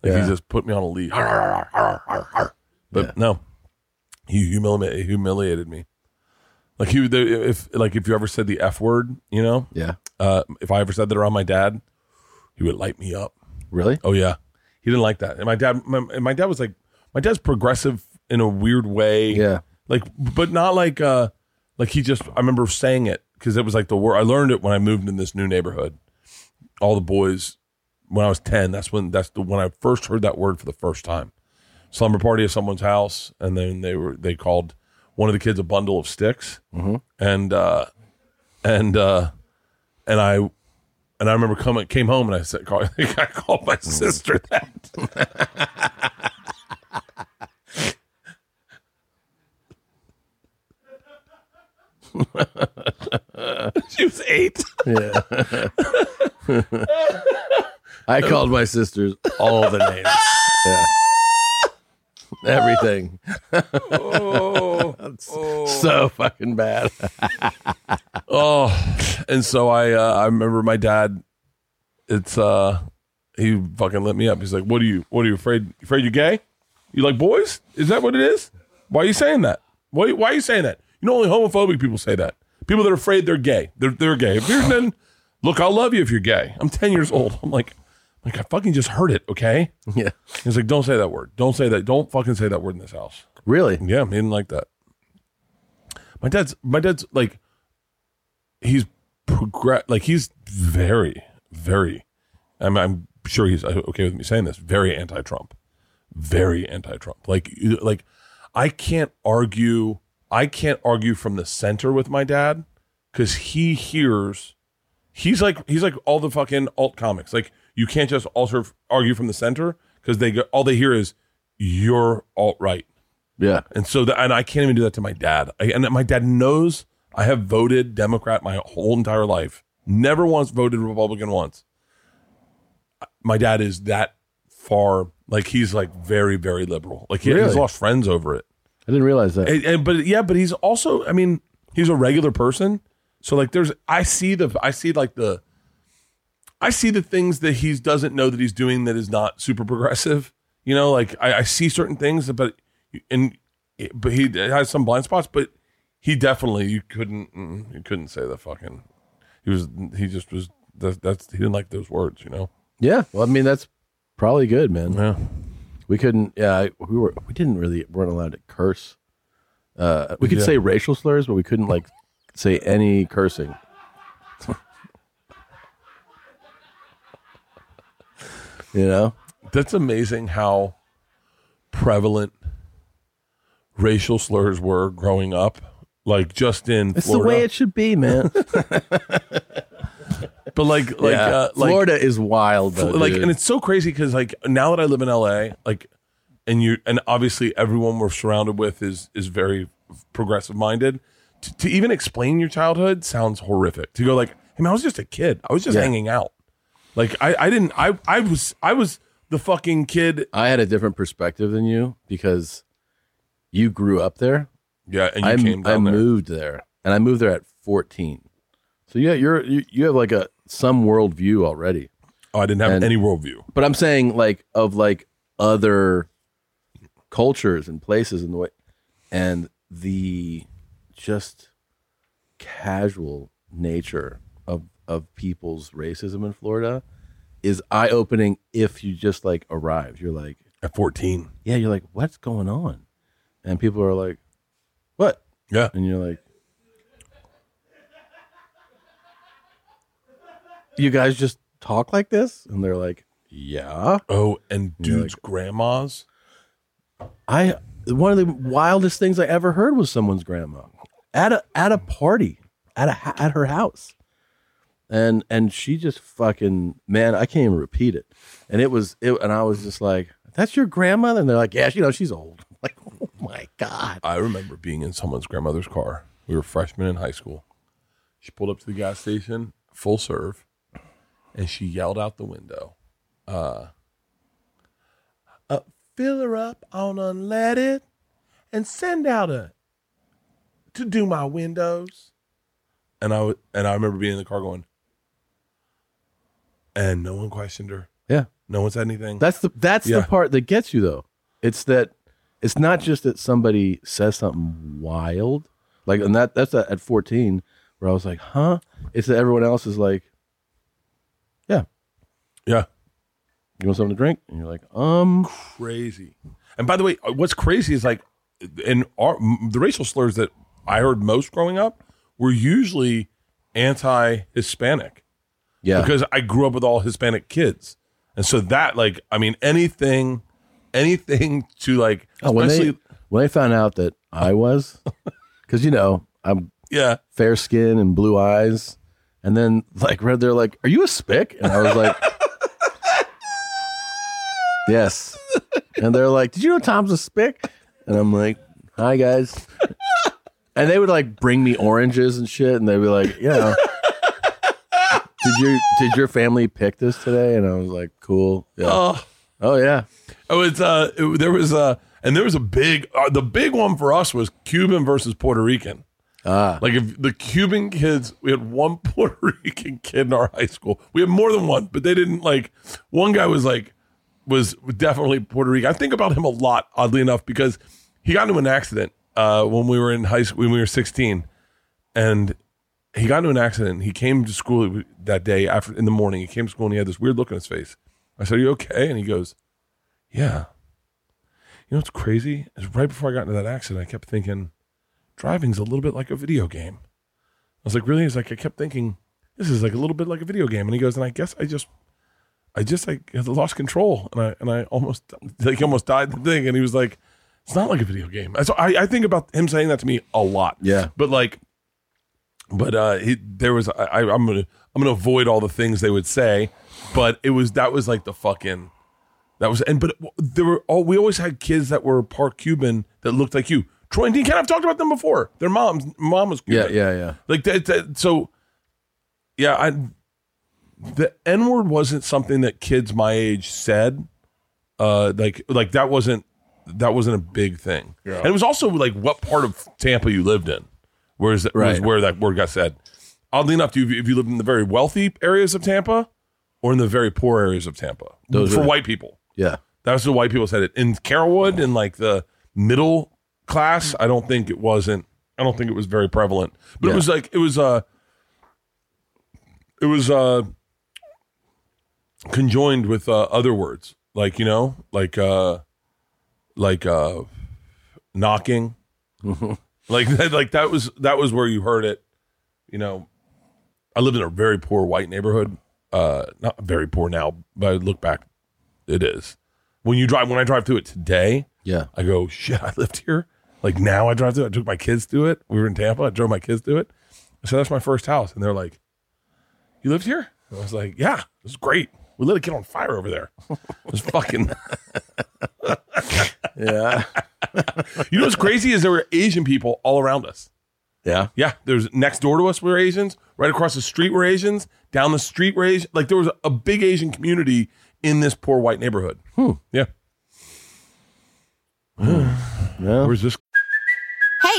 Yeah.
he just put me on a leash. Arr, arr, arr, arr, arr. But
Yeah.
no, he humiliated, humiliated me. Like he, would- if like if you ever said the f word, you know,
Yeah,
uh, if I ever said that around my dad, he would light me up.
really?
Oh yeah, he didn't like that. And my dad, my, and my dad was like, my dad's progressive in a weird way.
Yeah,
like, but not like, uh, like he just. I remember saying it because it was like the word. I learned it when I moved in this new neighborhood. All the boys, when I was ten, that's when that's the when I first heard that word for the first time. Slumber party at someone's house, and then they were they called one of the kids a bundle of sticks, and uh, and uh, and I and I remember coming, came home, and I said, call, I called my sister that. she was eight.
yeah. I called my sisters all the names. Yeah. Everything.
Oh,
So fucking bad.
oh. and so I, uh, I remember my dad. It's uh, he fucking lit me up. He's like, "What are you? What are you afraid? Afraid you're gay? You like boys? Is that what it is? Why are you saying that? Why? Why are you saying that? You know, only homophobic people say that. People that are afraid they're gay. They're they're gay. If you're then, look, I'll love you if you're gay. I'm 10 years old. I'm like, like I fucking just heard it. Okay.
Yeah.
He's like, don't say that word. Don't say that. Don't fucking say that word in this house.
Really?
Yeah, he didn't like that. My dad's my dad's like he's progress like he's very very I'm I'm sure he's uh, okay with me saying this very anti-Trump. Very anti-Trump. Like you- like I can't argue I can't argue from the center with my dad cuz he hears he's like he's like all the fucking alt comics. Like you can't just also argue from the center cuz they go, all they hear is you're alt right.
Yeah.
And so, that, and I can't even do that to my dad. I, and my dad knows I have voted Democrat my whole entire life, Never once voted Republican once. My dad is that far like he's like very very liberal. Like he, he's
Really?
lost friends over it.
I didn't realize that.
And, and- but yeah, but he's also I mean he's a regular person. So like there's I see the I see like the I see the things that he doesn't know that he's doing that is not super progressive. You know, like I, I see certain things, but and but he has some blind spots. But he definitely you couldn't mm, you couldn't say the fucking he was he just was that, that's he didn't like those words. You know.
yeah. Well, I mean, that's probably good, man.
Yeah.
We couldn't. Yeah, I- we were. We didn't really weren't allowed to curse. Uh, we could
Yeah.
say racial slurs, but we couldn't like say any cursing. you know,
That's amazing how prevalent racial slurs were growing up. Like just in
it's
Florida,
the way it should be, man.
but like like
Yeah.
uh, like
Florida is wild, though,
like,
dude.
and it's so crazy because like now that I live in LA, like, and you and obviously everyone we're surrounded with is is very progressive minded. To, to even explain your childhood sounds horrific. To go like, I mean, I was just a kid. I was just
Yeah.
hanging out. Like I I didn't I I was I was the fucking kid.
I had a different perspective than you because you grew up there.
Yeah, and you
I,
came
I
down there.
moved there, and I moved there at fourteen. So yeah, you're you, you have like a some worldview already.
Oh, I didn't have
and-
any worldview.
But I'm saying like of like other cultures and places and the way and the just casual nature of of people's racism in Florida is eye opening if you just like arrive. You're like,
At fourteen.
yeah, you're like, what's going on? And people are like, what?
Yeah.
And you're like, you guys just talk like this? And they're like, yeah.
Oh, and
You're
dudes' grandmas.
I one of the wildest things I ever heard was someone's grandma at a at a party at a ho- at her house, and and she just fucking man, I can't even repeat it. And it was it, and I was just like, "That's your grandmother," and they're like, "Yeah, you know, she's old." I'm like, oh my god,
I remember being in someone's grandmother's car. We were freshmen in high school. She pulled up to the gas station, full serve, and she yelled out the window, uh, uh fill her up on unleaded and send out a to do my windows. And I w- and I remember being in the car going, and no one questioned her.
yeah.
No one said anything.
That's the that's
Yeah.
the part that gets you though. It's that it's not just that somebody says something wild, like and that that's at fourteen where I was like, "Huh?" It's that everyone else is like, "Yeah."
yeah.
you want something to drink? And you're like, um,
crazy. And by the way, uh, what's crazy is like in our the racial slurs that I heard most growing up were usually anti-Hispanic
yeah,
because I grew up with all Hispanic kids, and so that like I mean anything, anything to like
Oh, when
especially
they when they found out that I was, because you know I'm
yeah
fair skin and blue eyes, and then like read they're like, "Are you a spick?" And I was like, "Yes," and they're like, "Did you know Tom's a spick?" And I'm like, "Hi guys," and they would like bring me oranges and shit, and they'd be like, "Yeah." Did your did your family pick this today? And I was like, cool. Yeah.
Oh.
oh yeah.
oh it's uh it- there was uh and there was a big uh, the big one for us was Cuban versus Puerto Rican.
Ah.
Like if the Cuban kids, we had one Puerto Rican kid in our high school. We had more than one, but they didn't like. One guy was like, was definitely Puerto Rican. I think about him a lot, oddly enough, because he got into an accident uh, when we were in high school when we were sixteen, and he got into an accident. He came to school that day after in the morning. He came to school and he had this weird look on his face. I said, "Are you okay?" And he goes, "Yeah." You know what's crazy is right before I got into that accident, I kept thinking driving's a little bit like a video game. I was like, really? He's like, I kept thinking, this is like a little bit like a video game. And he goes, and I guess I just, I just like lost control, and I and I almost like almost died the thing. And he was like, it's not like a video game. So I, I think about him saying that to me a lot.
Yeah.
but like, but uh, he, there was I, I- I'm gonna I'm gonna avoid all the things they would say, but it was that was like the fucking. That was and but there were all we always had kids that were part Cuban that looked like you. Troy and Dean Ken, I've talked about them before. Their moms, mom was
Yeah,
Cuban.
yeah, yeah.
Like that, that- so yeah, I the N word wasn't something that kids my age said. Uh, like like that wasn't that wasn't a big thing.
Yeah.
And it was also like what part of Tampa you lived in, whereas was
Right.
where that word got said. Oddly enough, do you, if you lived in the very wealthy areas of Tampa or in the very poor areas of Tampa
Those
for
are the-
white people?
Yeah.
That's the white people said it in Carrollwood and like the middle class. I don't think it wasn't. I don't think it was very prevalent, but it
Yeah.
was like it was uh it was uh conjoined with uh, other words like you know like uh like uh knocking like that, like that was that was where you heard it you know i lived in a very poor white neighborhood uh not very poor now but I look back it is when you drive when i drive through it today
Yeah.
i go shit i lived here like now i drive through it. i took my kids through it we were in tampa i drove my kids through it i said that's my first house and they're like you lived here and i was like yeah it was great we lit a kid on fire over there it was fucking
Yeah.
you know what's crazy is there were asian people all around us
yeah.
Yeah, there's next door to us were Asians, right across the street were Asians, down the street were Asian. Like there was a big Asian community in this poor white neighborhood.
Hmm.
Yeah.
No.
Where's this?
Hey,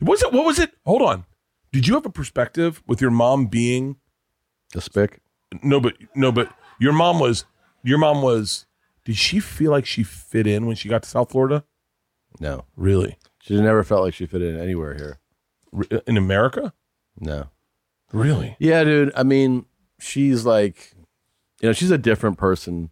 Was it? What was it? Hold on. Did you have a perspective with your mom being
The spick.
no, but no, but your mom was your mom was. Did she feel like she fit in when she got to South Florida?
No.
Really?
She never felt like she fit in anywhere here.
R- In America?
No.
Really?
Yeah, dude. I mean, she's like, you know, she's a different person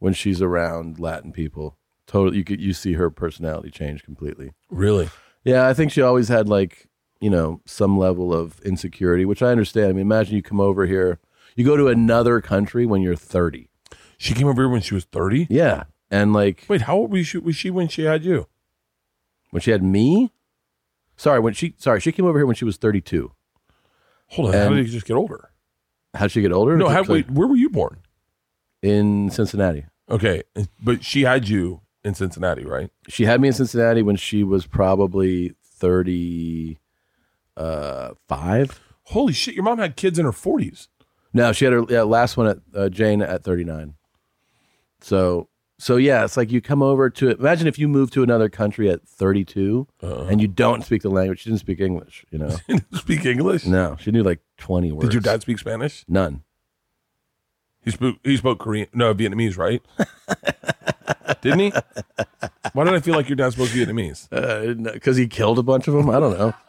when she's around Latin people. Totally, you could you see her personality change completely.
Really?
Yeah, I think she always had like you know some level of insecurity, which I understand. I mean, imagine you come over here, you go to another country when you're 30.
She came over here when she was thirty.
Yeah, and like
Wait, how old was she, was she when she had you?
when she had me, sorry, when she sorry she came over here when she was 32.
Hold on. how
And-
did you just get older?
How'd she get older?
No, how,
Like,
wait, where were you born?
in Cincinnati.
Okay, but she had you in Cincinnati, right?
she had me in Cincinnati when she was probably uh, 35.
Holy shit, your mom had kids in her 40s.
no, she had her yeah, last one at uh, Jane at 39. So, so yeah, it's like you come over to imagine if you move to another country at 32
Uh-huh.
and you don't speak the language. She didn't speak English, you know?
Speak English?
no, she knew like 20 words.
Did your dad speak Spanish?
None.
He spoke he spoke Korean, no, Vietnamese, right? Didn't he? Why did I feel like your dad spoke Vietnamese?
Because Uh, he killed a bunch of them? I don't know.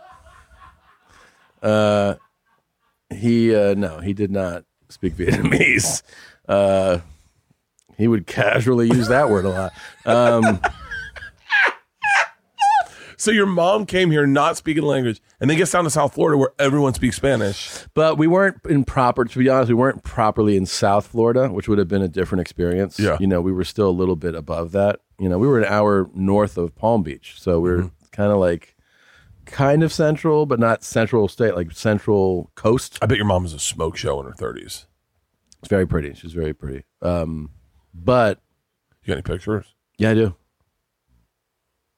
Uh, he, uh, no, he did not speak Vietnamese. Uh, he would casually use that word a lot. Um,
So your mom came here not speaking the language and then gets down to South Florida where everyone speaks Spanish.
but we weren't in proper, to be honest, we weren't properly in South Florida, which would have been a different experience.
Yeah.
You know, we were still a little bit above that. You know, we were an hour north of Palm Beach. So we are kind of like, kind of central, but not central state, like central coast.
I bet your mom was a smoke show in her 30s.
It's very pretty. She's very pretty. Um, but
You got any pictures?
yeah, I do.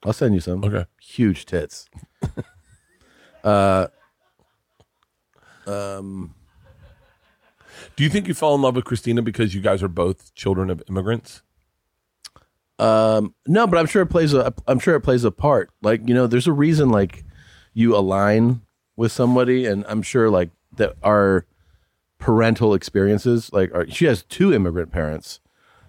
I'll send you some.
Okay.
Huge tits. uh, um,
Do you think you fell in love with Christina because you guys are both children of immigrants?
um, no, but I'm sure it plays a. I'm sure it plays a part. Like you know, there's a reason like you align with somebody, and I'm sure like that our parental experiences. Like or she has two immigrant parents.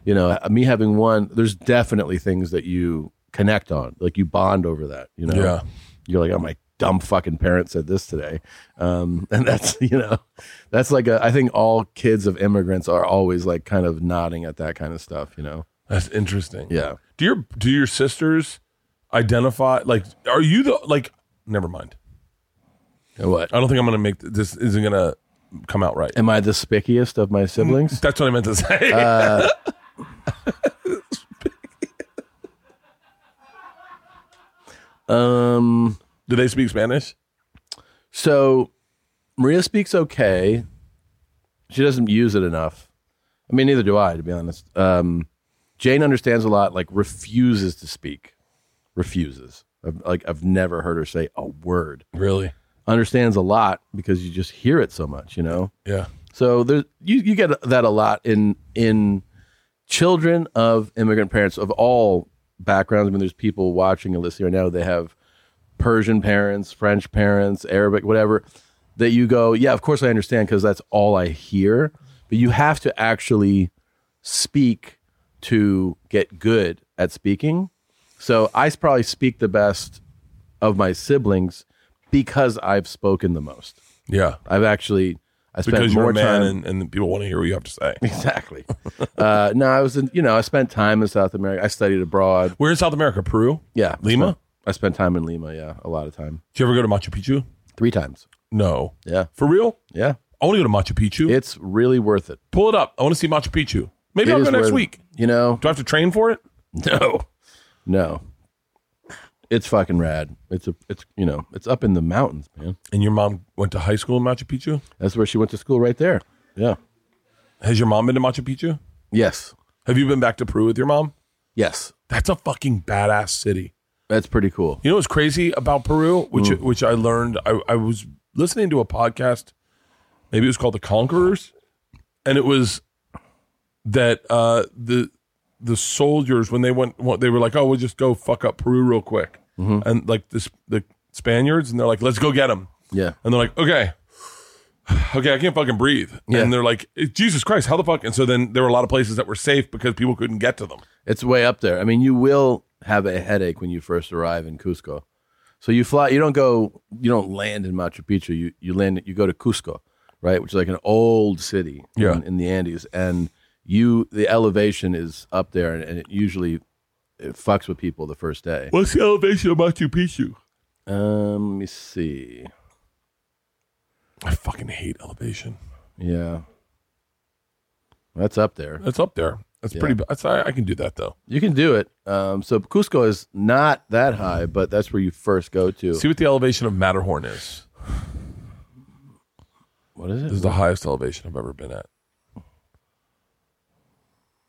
You know, me having one, there's definitely things that you connect on. Like you bond over that. You know,
Yeah.
You're like, oh my dumb fucking parent said this today, um, and that's you know, that's like a, I think all kids of immigrants are always like kind of nodding at that kind of stuff. You know,
That's interesting.
yeah.
Do your do your sisters identify like are you the like never mind.
And what?
I don't think I'm gonna make this isn't gonna come out right.
Am I the spickiest of my siblings?
That's what I meant to say.
Um,
do they speak Spanish?
so Maria speaks okay. She doesn't use it enough. I mean, neither do I, to be honest. Um, Jane understands a lot, like refuses to speak, refuses. I've, like I've never heard her say a word.
Really?
Understands a lot because you just hear it so much, you know.
Yeah.
So there, you you get that a lot in in children of immigrant parents of all backgrounds. I mean, there's people watching and listening right now. They have Persian parents, French parents, Arabic, whatever. That you go, yeah, of course I understand because that's all I hear. But you have to actually speak to get good at speaking. So I s- probably speak the best of my siblings because I've spoken the most.
Yeah.
I've actually I spent
Because you're
more
a man
time
and, and people want to hear what you have to say.
Exactly. uh, no, I was in, you know, I spent time in South America. I studied abroad.
Where in South America? Peru?
Yeah. I
Lima?
spent- I spent time in Lima. Yeah. A lot of time.
Did you ever go to Machu Picchu?
Three times.
No.
Yeah.
For real?
Yeah.
I want to go to Machu Picchu.
It's really worth it.
Pull it up. I want to see Machu Picchu. Maybe
It
I'll
is
go next
worth-
week.
You know,
Do I have to train for it?
no, no. It's fucking rad. It's a, it's, you know, it's up in the mountains, man.
And your mom went to high school in Machu Picchu?
That's where she went to school right there. Yeah.
Has your mom been to Machu Picchu?
Yes.
Have you been back to Peru with your mom?
Yes.
That's a fucking badass city.
That's pretty cool.
You know what's crazy about Peru, which which I learned. I, I was listening to a podcast, maybe it was called The Conquerors, and it was that uh, the the soldiers when they went, what- they were like, "Oh, we'll just go fuck up Peru real quick," and like this the Spaniards, and they're like, "Let's go get them,"
Yeah.
and they're like, "Okay." Okay, I can't fucking breathe.
Yeah.
And they're like, Jesus Christ, how the fuck? And so then there were a lot of places that were safe because people couldn't get to them.
It's way up there. I mean, you will have a headache when you first arrive in Cusco. So you fly, you don't go, you don't land in Machu Picchu. You you land, you go to Cusco, right, which is like an old city
Yeah.
in, in the Andes, and you the elevation is up there, and, and it usually it fucks with people the first day.
What's the elevation of Machu Picchu?
Um, let me see.
I fucking hate elevation.
Yeah, that's up there.
That's up there. That's
Yeah.
pretty. That's I, I can do that though.
You can do it. Um, so Cusco is not that high, but that's where you first go to.
See what the elevation of Matterhorn is.
what is it?
This is the highest elevation I've ever been at.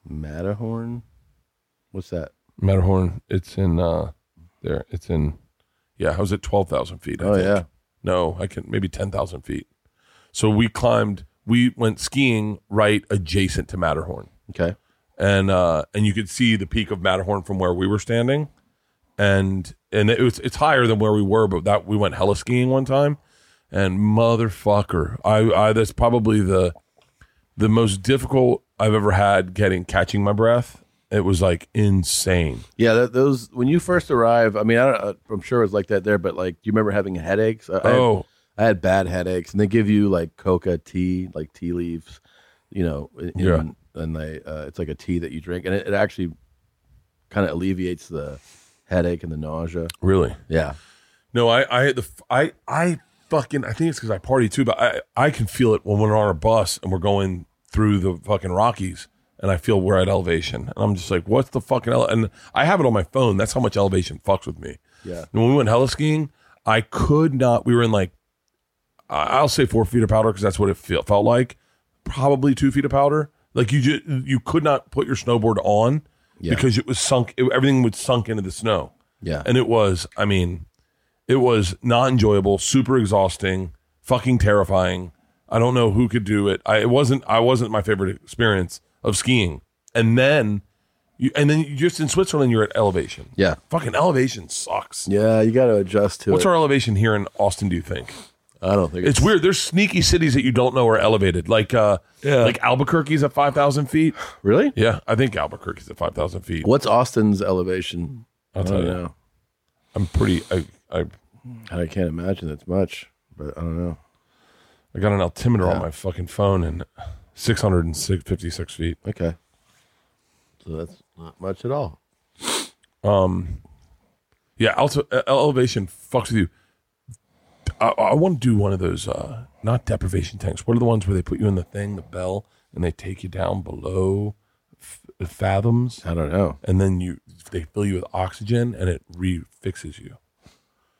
Matterhorn. What's that?
Matterhorn. It's in uh there. It's in yeah. I was at twelve thousand feet. I
Oh
think.
yeah.
No, I can maybe ten thousand feet. So we climbed. We went skiing right adjacent to Matterhorn.
Okay.
and uh and you could see the peak of Matterhorn from where we were standing, and and it was it's higher than where we were, but that we went hella skiing one time, and motherfucker, I I that's probably the the most difficult I've ever had getting catching my breath. It was like insane.
Yeah, that, those when you first arrive. I mean, I don't, I'm sure it was like that there, but like, do you remember having headaches? I, I had-
Oh.
I had, bad headaches, and they give you like coca tea, like tea leaves, you know. in-
Yeah.
in- And they, uh, it's like a tea that you drink, and it, it actually kind of alleviates the headache and the nausea.
Really?
Yeah.
No, I I had the f- I I fucking I think it's because I party too, but I I can feel it when we're on a bus and we're going through the fucking Rockies and I feel we're at elevation and I'm just like, what's the fucking ele-? and I have it on my phone. That's how much elevation fucks with me.
Yeah.
And when we went heli skiing, I could not. We were in like I- I'll say four feet of powder because that's what it feel, felt like. Probably two feet of powder. Like you just you could not put your snowboard on
Yeah.
because it was sunk. It, everything was sunk into the snow
Yeah.
and it was i mean it was not enjoyable super exhausting fucking terrifying i don't know who could do it i it wasn't i wasn't my favorite experience of skiing and then you and then you just in switzerland you're at elevation
yeah.
fucking elevation sucks
Yeah. You got to adjust to
what's
it.
our elevation here in austin do you think
I don't think
It's weird. There's sneaky cities that you don't know are elevated, like uh,
Yeah.
like Albuquerque's at five thousand feet.
really.
Yeah, I think Albuquerque's at five thousand feet.
What's Austin's elevation?
I'll
I
tell
don't
you.
know.
I'm pretty. I, I
I can't imagine that's much, but I don't know.
I got an altimeter on my fucking phone and six hundred and fifty six feet.
Okay, so that's not much at all.
Yeah, also elevation fucks with you. I, I want to do one of those uh, not deprivation tanks. What are the ones where they put you in the thing, the bell, and they take you down below f- fathoms,
I don't know.
and then you they fill you with oxygen and it refixes you.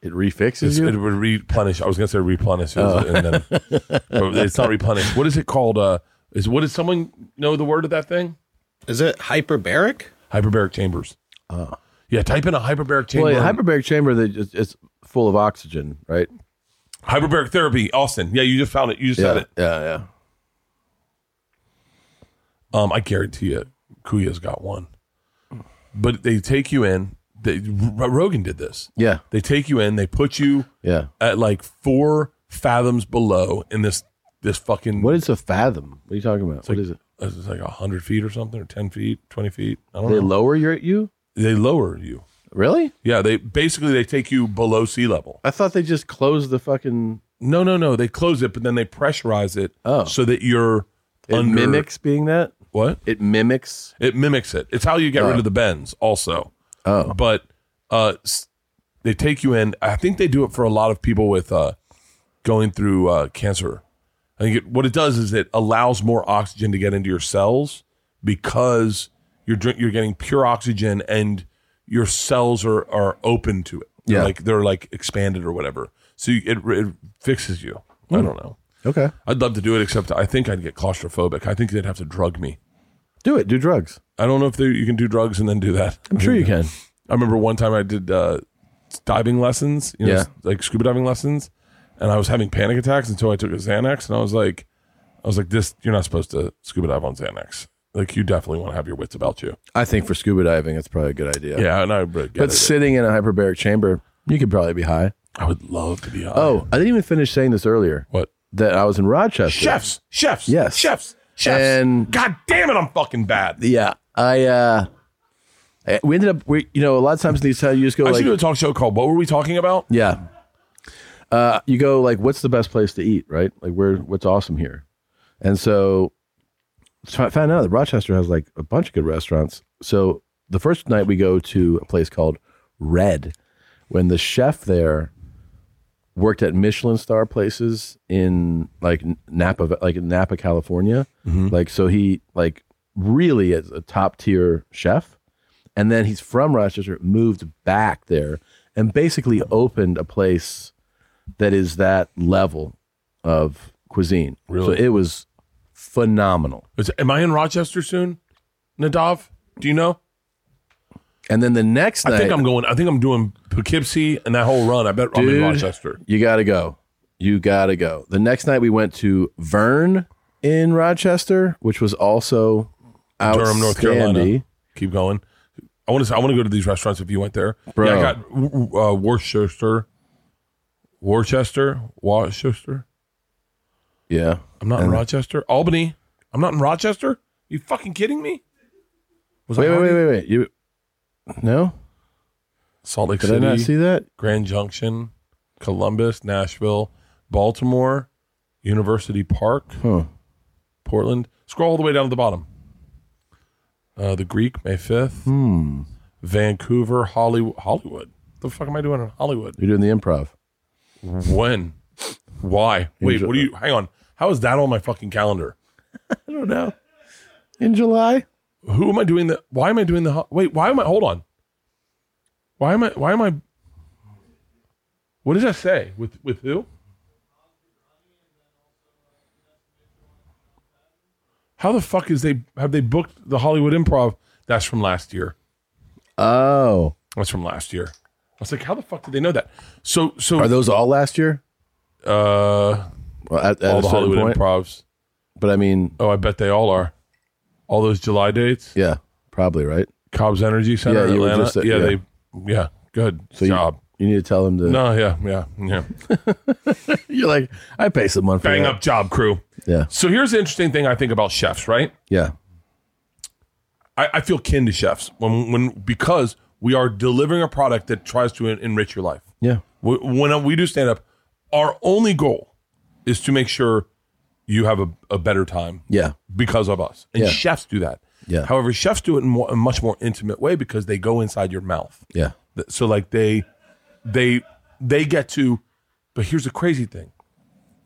It
It's,
refixes
it
you.
would replenish. I was gonna say replenish, and then but it's not replenish. What is it called? Uh, is what does someone know the word of that thing?
Is it hyperbaric?
Hyperbaric chambers. yeah. Type in a hyperbaric chamber.
Ah. Well, a
and-
hyperbaric chamber that is- it's full of oxygen, right?
hyperbaric therapy, Austin. Yeah, you just found it. You just said
Yeah,
it.
yeah, yeah.
Um, I guarantee you, Kuya's got one. But they take you in. They, R- Rogan did this.
Yeah,
They take you in. They put you
yeah.
at like four fathoms below in this this fucking.
What is a fathom? What are you talking about?
like,
what is it?
It's like hundred feet or something, or ten feet, twenty feet. I don't
They
know.
lower your you?
they lower you.
Really?
Yeah, they basically they take you below sea level.
I thought they just closed the fucking.
No, no, no. They close it, but then they pressurize it
Oh.
so that you're
It
under
mimics being that.
what?
It mimics.
It mimics it. It's how you get rid of the bends, also.
Oh,
But uh, s- they take you in. I think they do it for a lot of people with uh, going through uh, cancer. I think it, what it does is it allows more oxygen to get into your cells because you're drink, you're getting pure oxygen and your cells are are open to it. They're
Yeah.
like they're like expanded or whatever. So you, it it fixes you.
Hmm.
I don't know.
okay.
I'd love to do it, except I think I'd get claustrophobic. I think they'd have to drug me.
Do it. Do drugs.
I don't know if they, you can do drugs and then do that.
I'm sure you can.
I remember one time I did uh, diving lessons, you know,
Yeah.
s- like scuba diving lessons, and I was having panic attacks until I took a Xanax, and I was like, I was like, this, you're not supposed to scuba dive on Xanax. Like, you definitely want to have your wits about you.
I think for scuba diving, it's probably a good idea.
Yeah, and I would get
But
it.
sitting in a hyperbaric chamber, you could probably be high.
I would love to be. High.
Oh, I didn't even finish saying this earlier
what?
that I was in Rochester.
Chefs, chefs,
Yes.
chefs, chefs.
And-
God damn it, I'm fucking bad.
Yeah. I, uh, I- we ended up, we, you know, a lot of times in these times you just go
I should
like,
do a talk show called "What Were We Talking About?"
yeah. Uh, you go like, what's the best place to eat, right? Like, where, what's awesome here? And so, so I found out that Rochester has like a bunch of good restaurants. So the first night we go to a place called Red, when the chef there worked at Michelin star places in like Napa, like in Napa, California. Like, so he like really is a top tier chef. And then he's from Rochester, moved back there and basically opened a place that is that level of cuisine.
Really?
So it was phenomenal.
Is- am I in Rochester soon, Nadav? Do you know?
And then the next night,
I think I'm going. I think I'm doing Poughkeepsie and that whole run. I bet I'm in
Dude.
Rochester.
you got to go. You got to go. The next night we went to Vern in Rochester, which was also
Durham, North
outstanding.
Carolina. Keep going. I want to. I want to go to these restaurants. If you went there,
Bro.
Yeah, I got uh, Worcester, Worcester, Worcester.
Yeah.
I'm not in Rochester, Albany. I'm not in Rochester. You fucking kidding me? Was
Wait,
I
wait, wait,
already-
wait, wait. You No?
Salt Lake
Did I
City,
not see that?
Grand Junction, Columbus, Nashville, Baltimore, University Park.
Huh.
Portland. Scroll all the way down to the bottom. Uh, the Greek, May 5th.
Hmm.
Vancouver, Hollywood. Hollywood. The fuck am I doing in Hollywood?
You're doing the improv.
When? Why? Wait,
Enjoy-
what do you? Hang on. How is that on my fucking calendar?
I don't know. In July?
Who am I doing the? Why am I doing the? ho- Wait, why am I? Hold on. Why am I? Why am I? What does that say? With with who? How the fuck is they have they booked the Hollywood Improv? That's from last year.
Oh.
That's from last year. I was like, how the fuck did they know that? So, so
Are those all last year?
uh, all
Well, at, at
the
a certain
Hollywood
point.
improvs.
But I mean,
Oh, I bet they all are. All those July dates,
yeah, probably, right?
Cobb's Energy Center,
Yeah,
in
you were
Atlanta.
just-
yeah,
yeah.
they, yeah, good
you-
job.
You need to tell them to.
No, yeah, yeah, yeah.
You're like, I pay someone for
Bang
that.
up job crew.
Yeah.
So here's the interesting thing I think about chefs, right?
Yeah.
I, I feel kin to chefs when when because we are delivering a product that tries to en- enrich your life.
Yeah.
Wh- When we do stand up, our only goal is to make sure you have a, a better time
Yeah.
because of us. And
Yeah.
chefs do that.
Yeah.
However, chefs do it in more, a much more intimate way because they go inside your mouth.
Yeah.
Th- So like they they they get to but here's the crazy thing.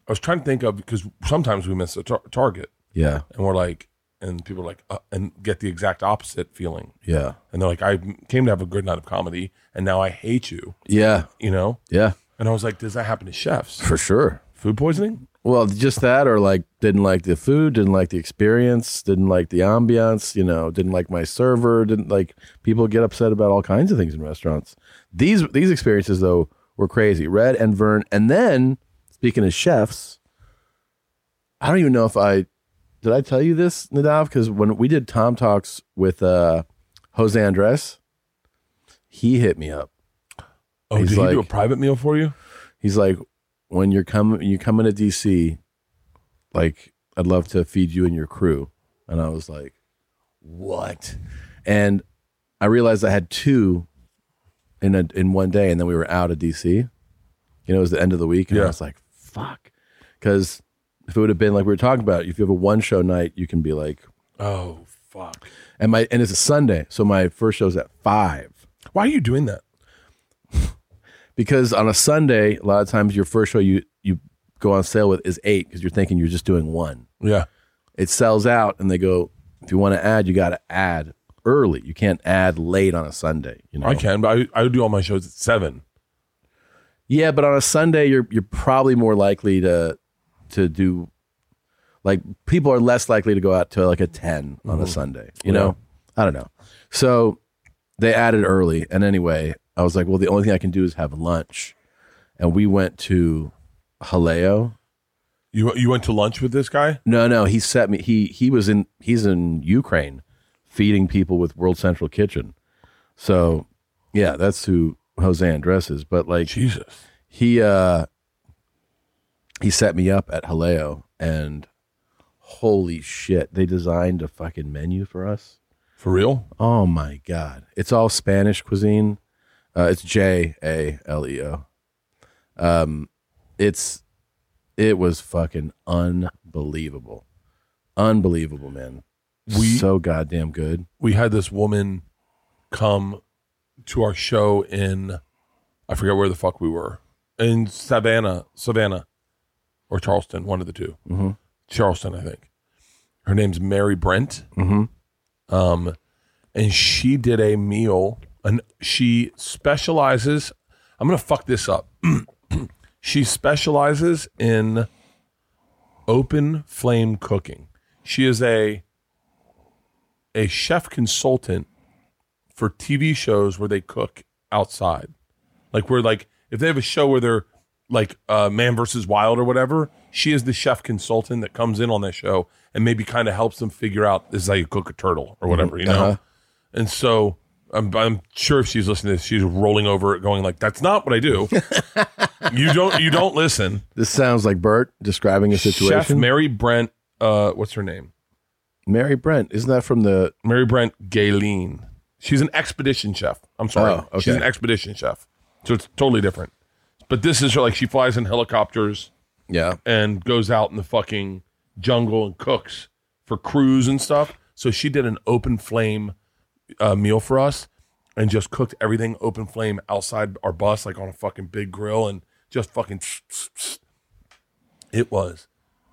I was trying to think of because sometimes we miss a tar- target
Yeah.
and we're like and people are like uh, and get the exact opposite feeling.
Yeah.
And they're like I came to have a good night of comedy and now I hate you,
Yeah.
you know?
Yeah.
And I was like does that happen to chefs?
For sure.
Food poisoning?
Well, just that, or like, didn't like the food, didn't like the experience, didn't like the ambiance, you know, didn't like my server, didn't like people get upset about all kinds of things in restaurants. These these experiences though were crazy. Red and Vern, and then speaking of chefs, I don't even know if I did I tell you this, Nadav, because when we did Tom Talks with uh, Jose Andres, he hit me up.
Oh,
He's
did he do a
like-
private meal for you?
He's like, when you're coming, you coming to DC, like I'd love to feed you and your crew. And I was like, what? And I realized I had two in a, in one day, and then we were out of DC. You know, it was the end of the week, and I
Yeah.
was like, fuck, because if it would have been like we were talking about, if you have a one show night, you can be like,
Oh, fuck.
and my and it's a Sunday, so my first show's at five.
Why are you doing that?
because on a Sunday, a lot of times your first show you you go on sale with is eight because you're thinking you're just doing one.
Yeah.
It sells out, and they go, if you want to add, you got to add early. You can't add late on a Sunday. You know,
I can, but I, I do all my shows at seven.
Yeah, but on a Sunday, you're you're probably more likely to to do like people are less likely to go out to like a 10 on a Sunday. You know, I don't know. So they added early, and anyway, I was like, well, the only thing I can do is have lunch, and we went to Haleo.
You you went to lunch with this guy?
No, no, he set me. He he was in he's in Ukraine, feeding people with World Central Kitchen. So yeah, that's who Jose Andres is. But like
Jesus.
he uh he set me up at Haleo and holy shit, they designed a fucking menu for us.
For real?
Oh my god. It's all Spanish cuisine. Uh it's J A L E O. Um it's it was fucking unbelievable. Unbelievable, man.
We-
so goddamn good.
We had this woman come to our show in I forget where the fuck we were. In Savannah, Savannah or Charleston, one of the 2
Mhm.
Charleston, I think. Her name's Mary Brent.
Mhm.
Um and she did a meal and she specializes I'm going to fuck this up. she specializes in open flame cooking. She is a a chef consultant for TV shows where they cook outside. Like where like if they have a show where they're like uh, Man versus Wild or whatever, she is the chef consultant that comes in on that show and maybe kind of helps them figure out this is how you cook a turtle or whatever, you know.
Uh-huh.
And so I'm, I'm sure if she's listening to this, she's rolling over, going like, "That's not what I do. you don't. You don't listen."
This sounds like Bert describing a
Chef
situation.
Mary Brent. Uh, what's her name?
Mary Brent, isn't that from the
Mary Brent Galen. She's an expedition chef. I'm sorry.
Oh,
She's
okay.
an expedition chef. So it's totally different. But this is her, like she flies in helicopters
Yeah.
and goes out in the fucking jungle and cooks for crews and stuff. So she did an open flame uh, meal for us and just cooked everything open flame outside our bus, like on a fucking big grill and just fucking. It was.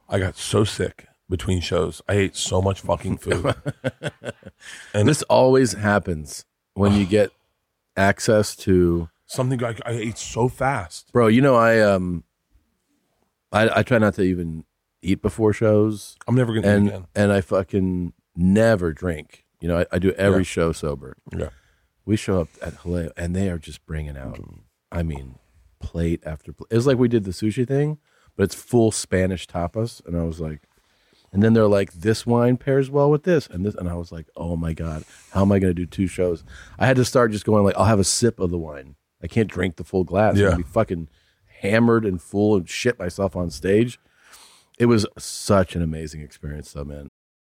I got so sick between shows. I ate so much fucking food.
And this always happens when you get access to
something I, I ate so fast.
bro. You know, I um, I, I try not to even eat before shows,
I'm never gonna eat
and
again.
and I fucking never drink. You know, I, I do every show sober.
Yeah.
We show up at Haleo, and they are just bringing out. I mean, plate after plate. It's like we did the sushi thing, but it's full Spanish tapas, and I was like. And then they're like, this wine pairs well with this and this. And I was like, oh my God, how am I going to do two shows? I had to start just going like, I'll have a sip of the wine. I can't drink the full glass.
Yeah.
I'd be fucking hammered and full and shit myself on stage. It was such an amazing experience, though, man.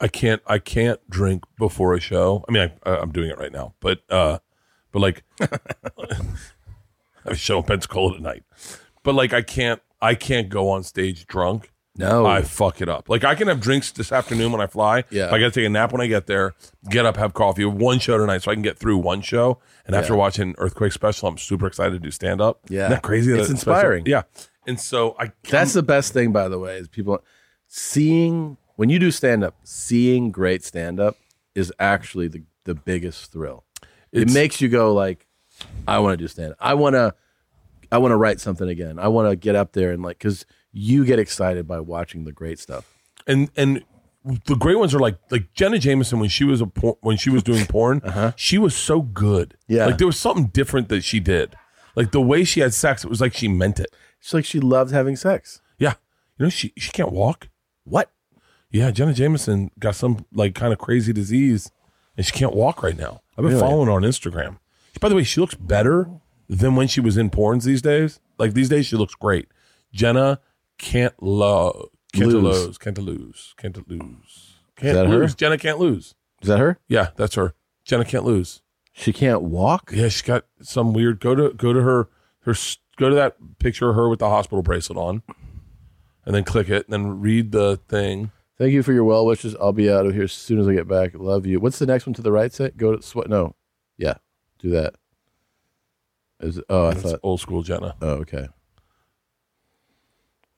I can't I can't drink before a show. I mean, I, I- I'm doing it right now, but uh, but like I have a show in Pensacola tonight, but like I can't I can't go on stage drunk.
No,
I fuck it up. Like I can have drinks this afternoon when I fly.
Yeah.
If I gotta take a nap when I get there. Get up, have coffee. One show tonight, so I can get through one show. And after watching Earthquake Special, I'm super excited to do stand up.
Yeah.
Isn't that crazy?
It's
That
inspiring.
Yeah. And so I
That's the best thing, by the way, is people seeing when you do stand up, seeing great stand up is actually the, the biggest thrill.
It's-
it makes you go like, I want to do stand up. I want to, I want to write something again. I want to get up there and like, cause you get excited by watching the great stuff.
and and the great ones are like like Jenna Jameson when she was a por- when she was doing porn, she was so good.
Yeah.
like there was something different that she did. Like the way she had sex, it was like she meant it.
She's like, she loved having sex.
Yeah, you know she she can't walk.
What?
Yeah, Jenna Jameson got some like kind of crazy disease, and she can't walk right now. I've been following her on Instagram. By the way, she looks better than when she was in porns these days. Like these days, she looks great. Jenna can't love, can't
Lose.
lose, can't lose, can't lose, can't
that her?
lose. Jenna can't lose.
Is that her?
Yeah, that's her. Jenna can't lose.
She can't walk.
Yeah, she got some weird. Go to go to her her s- go to that picture of her with the hospital bracelet on, and then click it, and then read the thing.
Thank you for your well wishes. I'll be out of here as soon as I get back. Love you. What's the next one to the right? Say go to sweat. No, yeah, do that. Is oh I
That's
thought
old school Jenna.
oh okay.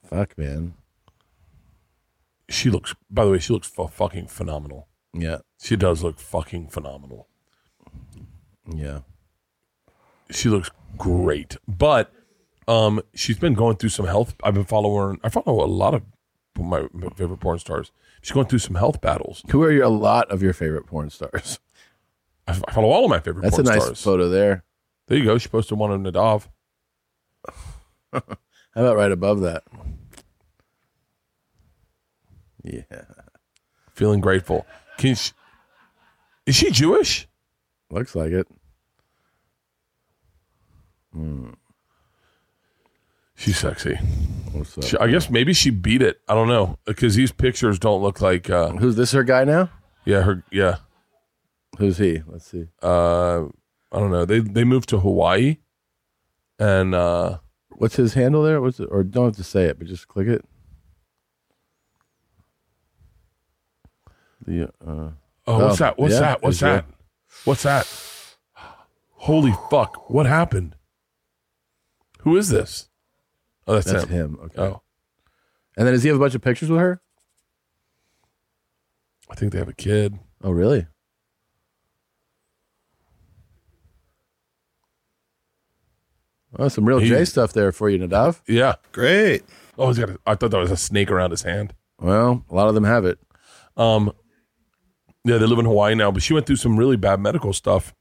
Fuck man.
She looks. By the way, she looks f- fucking phenomenal.
Yeah
She does look fucking phenomenal.
yeah.
She looks great, but um, she's been going through some health. I've been following. I follow a lot of my my favorite porn stars. She's going through some health battles.
Who are your, a lot of your favorite porn stars?
I f- I follow all of my favorite.
That's a
porn
nice
stars.
photo there.
There you go. She posted one of Nadav.
How about right above that? Yeah.
feeling grateful. Can she, is she Jewish?
Looks like it.
She's sexy.
What's up?
She- I guess maybe she beat it. I don't know because these pictures don't look like. Uh,
Who's this her guy now?
yeah, her. Yeah,
Who's he? Let's see.
uh, I don't know. They they moved to Hawaii, and uh,
What's his handle there? What's it? Or don't have to say it, but just click it. The uh,
oh, what's
Oh,
that? What's
yeah,
that? What's
Israel.
that? What's that? Holy fuck! What happened? Who is this? Oh, that's,
that's
him.
him. Okay.
Oh,
And then does he have a bunch of pictures with her?
I think they have a kid.
Oh, really? Oh, some real
He-
J stuff there for you, Nadav.
Yeah.
Great.
Oh, he's got. A, I thought that was a snake around his hand.
Well, a lot of them have it.
Um, yeah, they live in Hawaii now, but she went through some really bad medical stuff,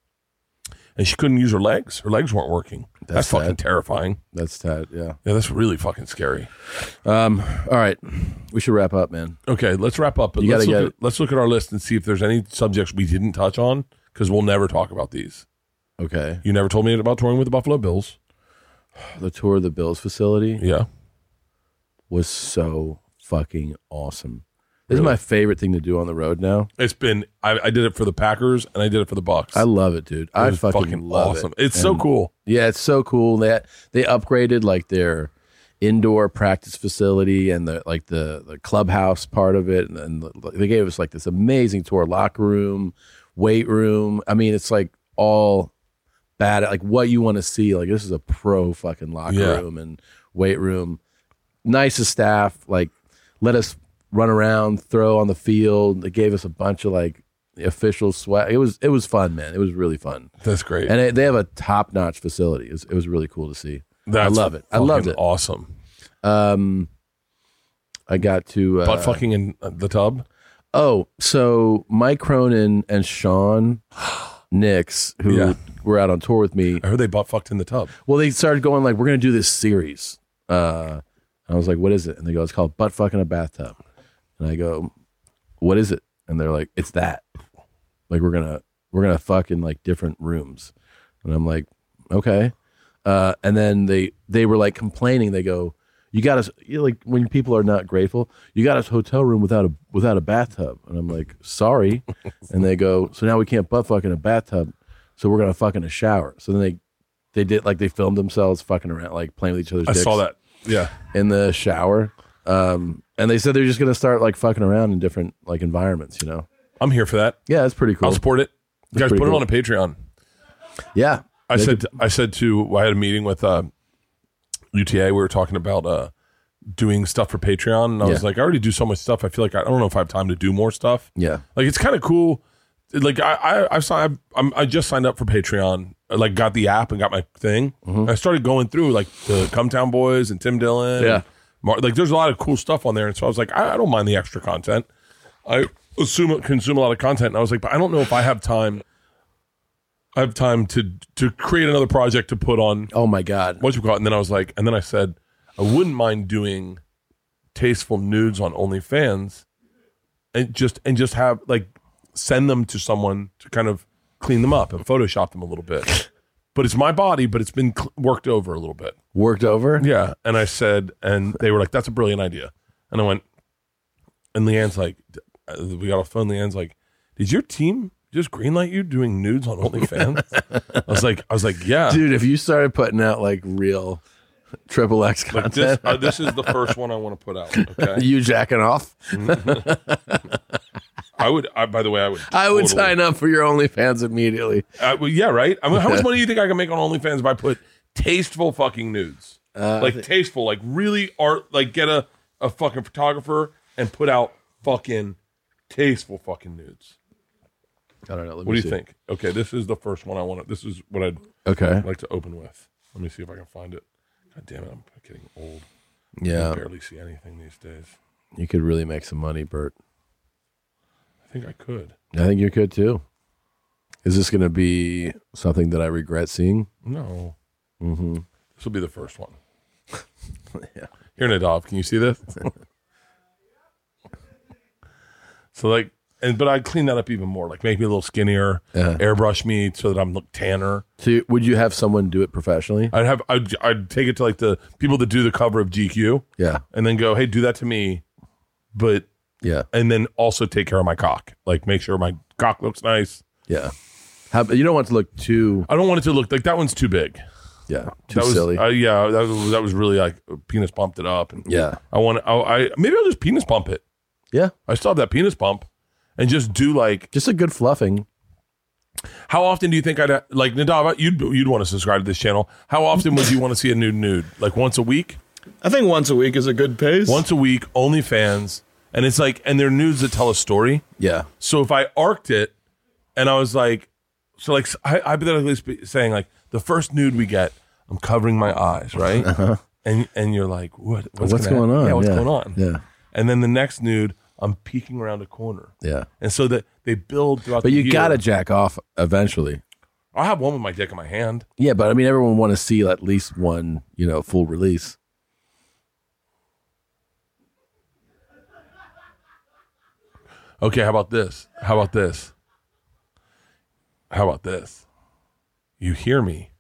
and she couldn't use her legs. Her legs weren't working. That's,
That's
fucking
sad.
terrifying.
That's Tad. Yeah.
Yeah, that's really fucking scary.
Um. All right, we should wrap up, man.
Okay, let's wrap up. But
You
let's
gotta
look,
get
at, let's look at our list and see if there's any subjects we didn't touch on because we'll never talk about these.
Okay.
You never told me about touring with the Buffalo Bills.
The tour of the Bills facility.
Yeah,
was so fucking awesome. This is my favorite thing to do on the road now.
it's been. I, I did it for the Packers and I did it for the Bucks.
I love it, dude.
It
I
was
fucking, love
awesome.
it.
It's so
And-
cool.
Yeah, it's so cool that they upgraded like their indoor practice facility and the like the the clubhouse part of it, and, and the- they gave us like this amazing tour, locker room, weight room. I mean, it's like all bad, like what you want to see. Like this is a pro fucking locker
Yeah.
room and weight room. Nicest staff, like let us run around, throw on the field. They gave us a bunch of like official sweat. It was it was fun, man. It was really fun
That's great.
and it, they have a top notch facility. It was, it was really cool to see.
That's
love it. I loved
fucking
it.
Awesome.
Um, I got to uh,
Butt fucking in the tub.
Oh, so Mike Cronin and Sean Nix, who
Yeah.
were out on tour with me,
I heard they butt fucked in the tub.
well, they started going like, "We're going to do this series." Uh, I was like, "What is it?" And they go, "It's called butt fucking a bathtub." And I go, "What is it?" And they're like, "It's that." Like we're gonna we're gonna fuck in like different rooms, and I'm like, "Okay." Uh, and then they they were like complaining. They go, "You got us you know, like when people are not grateful, you got us hotel room without a without a bathtub." And I'm like, "Sorry." and they go, "So now we can't butt fuck in a bathtub." So we're gonna fuck in a shower. So then they they did like they filmed themselves fucking around, like playing with each other's.
I
dicks
saw that. Yeah.
in the shower, um, and they said they're just gonna start like fucking around in different like environments. You know?
I'm here for that.
Yeah, that's pretty cool.
I'll support it. Guys, put
pretty
it
cool.
on a Patreon.
yeah,
I
They
said I said to I had a meeting with uh, UTA. We were talking about uh, doing stuff for Patreon, and I was
Yeah.
like, I already do so much stuff. I feel like I, I don't know if I have time to do more stuff.
yeah,
Like it's kind of cool. Like I I I've signed, I'm, I just signed up for Patreon. I, like got the app and got my thing.
Mm-hmm.
I started going through like the Come Town Boys and Tim Dillon.
Yeah.
and Mar- like there's a lot of cool stuff on there, and so I was like, I, I don't mind the extra content. I assume consume a lot of content, and I was like, but I don't know if I have time. I have time to to create another project to put on
Oh my god.
what you call it. And then I was like, and then I said, I wouldn't mind doing tasteful nudes on OnlyFans, and just and just have like send them to someone to kind of clean them up and Photoshop them a little bit. But it's my body, but it's been cl- worked over a little bit.
Worked over.
Yeah. And I said, and they were like, that's a brilliant idea. And I went, and Leanne's like, d- uh, we got off the phone. Leanne's like, did your team just greenlight you doing nudes on OnlyFans? I was like, I was like, yeah.
Dude, if you started putting out like real triple X
Like this,
content,
uh, this is the first one I want to put out. Okay,
you jacking off,
I would. I, by the way, I would.
I would
totally-
sign up for your OnlyFans immediately.
I would- yeah, right. I mean, how much money do you think I can make on OnlyFans if I put tasteful fucking nudes?
Uh,
like tasteful, like really art. Like get a a fucking photographer and put out fucking tasteful fucking nudes.
I don't know. Let
What do
me
you
see.
think? Okay, this is the first one I want. to This is what I'd
Okay.
like to open with. Let me see if I can find it. God damn it, I'm getting old. I
Yeah,
barely see anything these days.
you could really make some money, Bert.
I think I could.
I think you could too. Is this going to be something that I regret seeing?
No. Mm-hmm. This will be the first one. Here, Nadav, can you see this? so, like, and but I clean that up even more. Like, make me a little skinnier,
Yeah.
airbrush me so that I'm look tanner.
So you- would you have someone do it professionally?
I'd have I'd, I'd take it to like the people that do the cover of GQ,
Yeah,
and then go, hey, do that to me, but
yeah,
and then also take care of my cock. Like, make sure my cock looks nice.
yeah. How, you don't want to look too,
I don't want it to look like that one's too big.
yeah, too
That was
silly.
uh, yeah, that was, that was really like penis pumped it up and
yeah,
I want to. I, I maybe I'll just penis pump it.
yeah.
I still have that penis pump, and just do like.
Just a good fluffing.
How often do you think I'd ha- like Nadav? You'd you'd want to subscribe to this channel. How often would you want to see a nude nude? Like once a week,
I think once a week is a good pace.
once a week, OnlyFans, and it's like, and they're nudes that tell a story.
Yeah,
So if I arced it, and I was like, so like I, hypothetically sp- saying like the first nude we get, I'm covering my eyes, right? And and you're like, what?
Uh-huh. what's,
gonna
going
happen?
on?
Yeah, what's going on?
Yeah,
And then the next nude, I'm peeking around a corner.
yeah.
and so that they build throughout.
But
the
you
year.
gotta jack off eventually.
I'll have one with my dick in my hand.
Yeah, but I mean, everyone want to see at least one, you know, full release.
Okay, how about this? How about this? How about this? You hear me,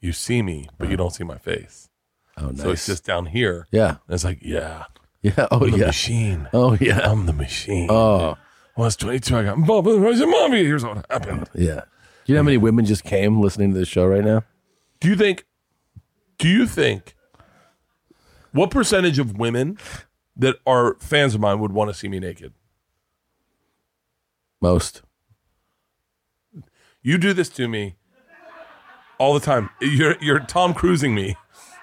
you see me, but you don't see my face.
Oh, Uh-huh. nice.
So it's just down here.
yeah,
And it's like, yeah,
yeah. Oh,
I'm the
yeah.
machine.
Oh, yeah.
I'm the machine.
Oh,
When I was 22, I got involved with Rosie Mommy. Here's what happened.
yeah. Do you know how many women just came listening to this show right now?
Do you think? Do you think? What percentage of women that are fans of mine would want to see me naked?
Most.
You do this to me all the time. You're you're Tom Cruising me.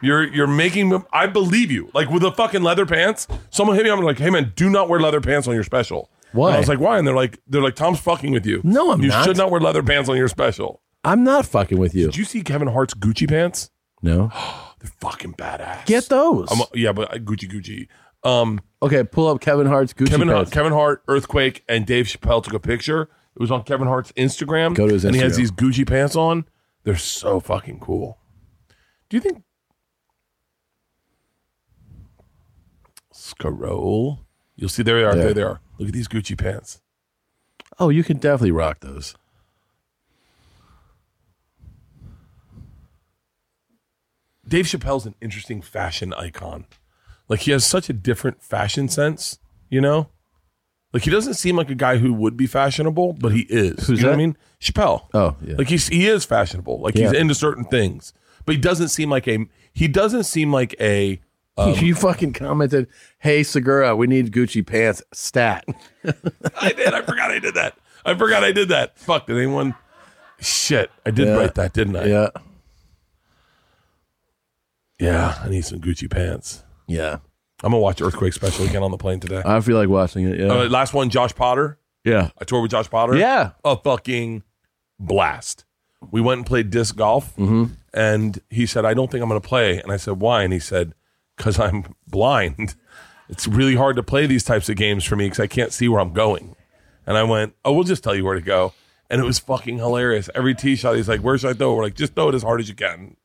You're you're making me. I believe you. Like with the fucking leather pants. Someone hit me. I'm like, hey man, do not wear leather pants on your special.
Why?
And I was like, why? And they're like, they're like, Tom's fucking with you.
No, I'm
you
not.
should not wear leather pants on your special.
I'm not fucking with you.
Did you see Kevin Hart's Gucci pants?
No.
They're fucking badass.
Get those.
I'm, yeah, but I- Gucci Gucci. Um,
okay, pull up Kevin Hart's Gucci
Kevin
pads.
Kevin Hart, Earthquake, and Dave Chappelle took a picture. It was on Kevin Hart's Instagram.
Go to his
and he
Instagram.
has these Gucci pants on. They're so fucking cool. Do you think scroll? You'll see there they are.
There.
There, they are. Look at these Gucci pants.
Oh, you can definitely rock those.
Dave Chappelle's an interesting fashion icon. Like he has such a different fashion sense, you know? Like he doesn't seem like a guy who would be fashionable, but he is.
Who's
you know what I
that?
mean? Chappelle.
Oh, yeah.
Like he's he is fashionable. Like he's
Yeah.
into certain things. But he doesn't seem like a he doesn't seem like a
Um, you fucking commented, "Hey Segura, we need Gucci pants stat."
I did. I forgot I did that. I forgot I did that. Fuck, did anyone shit. I did
Yeah.
write that, didn't I?
yeah,
Yeah, I need some Gucci pants.
yeah.
I'm gonna watch Earthquake Special again on the plane today.
I feel like watching it. Yeah,
Uh, last one, Josh Potter.
yeah,
I toured with Josh Potter.
yeah.
a fucking blast. We went and played disc golf, and he said, "I don't think I'm going to play." And I said, "Why?" And he said, "Because I'm blind. It's really hard to play these types of games for me because I can't see where I'm going." And I went, "Oh, we'll just tell you where to go." And it was fucking hilarious. Every tee shot, he's like, "Where should I throw?" We're like, "Just throw it as hard as you can.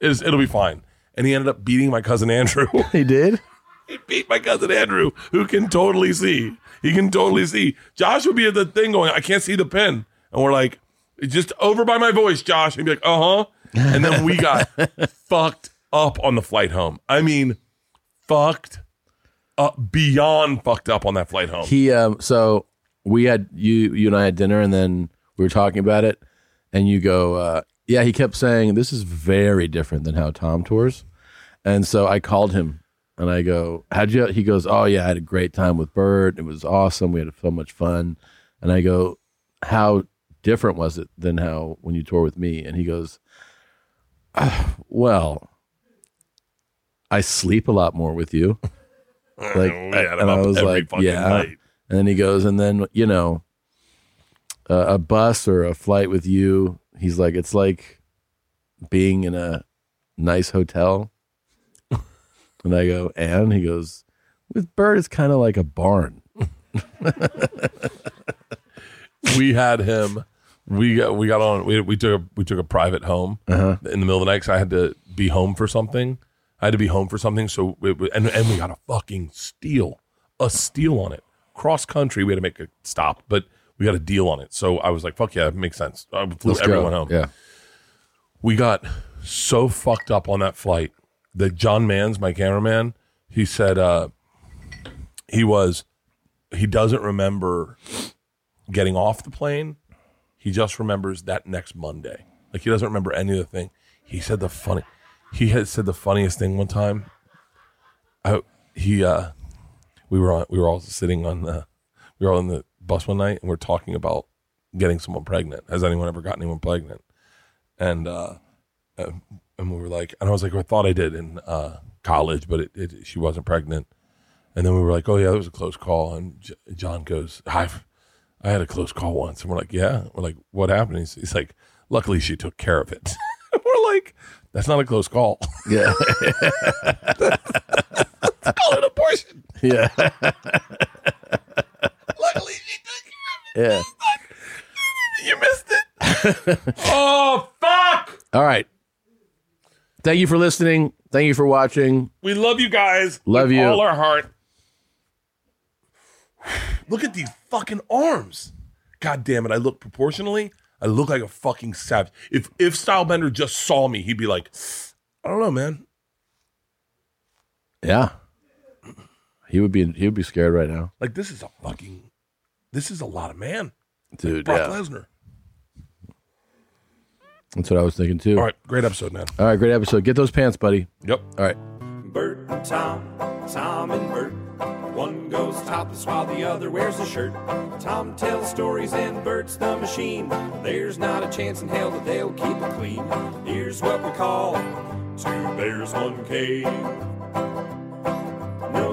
It's, it'll be fine." And he ended up beating my cousin Andrew.
He did.
He beat my cousin Andrew, who can totally see. He can totally see. Josh would be at the thing going, I can't see the pin. And we're like, just over by my voice, Josh. And be like, uh huh. And then we got fucked up on the flight home. I mean, fucked up, beyond fucked up on that flight home.
He um. So we had you, you and I had dinner, and then we were talking about it, and you go, uh, "Yeah." He kept saying, "This is very different than how Tom tours," and so I called him. And I go, how'd you? He goes, oh yeah, I had a great time with Bert. It was awesome. We had so much fun. And I go, how different was it than how when you tour with me? And he goes, "Ah, well, I sleep a lot more with you. Like,
We
I-
had him
and I
up
was
every
like,
fucking
yeah.
night.
And then he goes, and then you know, a, a bus or a flight with you. He's like, it's like being in a nice hotel. and I go, and he goes, with Bert, it's kind of like a barn.
we had him. We got we got on. We, we took a, we took a private home
Uh-huh.
in the middle of the night. 'cause I had to be home for something. I had to be home for something. So it, wa- and and we got a fucking steal, a steal on it. Cross country, we had to make a stop, but we got a deal on it. So I was like, "Fuck yeah, it makes sense." I flew
Let's go.
everyone home.
Yeah.
We got so fucked up on that flight that John Manns, my cameraman, he said uh, he was he doesn't remember getting off the plane. He just remembers that next Monday. Like he doesn't remember any of the thing. He said the funny. He had said the funniest thing one time. I, he uh, we were on, we were all sitting on the we were all in the bus one night and we're talking about getting someone pregnant. Has anyone ever gotten anyone pregnant? And uh, uh, and we were like, and I was like, I thought I did in uh, college, but it, it she wasn't pregnant. And then we were like, oh, yeah, that was a close call. And J- John goes, I've, I had a close call once. And we're like, yeah. We're like, what happened? He's, he's like, luckily she took care of it. we're like, that's not a close call.
Yeah.
call it abortion.
yeah.
Luckily she took care
Yeah.
of it. You missed it. oh, fuck.
All right. Thank you for listening. Thank you for watching.
We love you guys.
Love
with
you.
All our heart. Look at these fucking arms. God damn it. I look proportionally. I look like a fucking savage. If if Stylebender just saw me, he'd be like, I don't know, man.
Yeah. He would be he would be scared right now.
Like this is a fucking this is a lot of man.
Dude,
Brock
yeah.
Lesnar.
That's what I was thinking too.
All right, great episode, man.
All right, great episode. Get those pants, buddy.
Yep.
All right.
Bert, Tom, Tom and Bert. One goes topless while the other wears a shirt. Tom tells stories and Bert's the machine. There's not a chance in hell that they'll keep it clean. Here's what we call two bears, one cave. No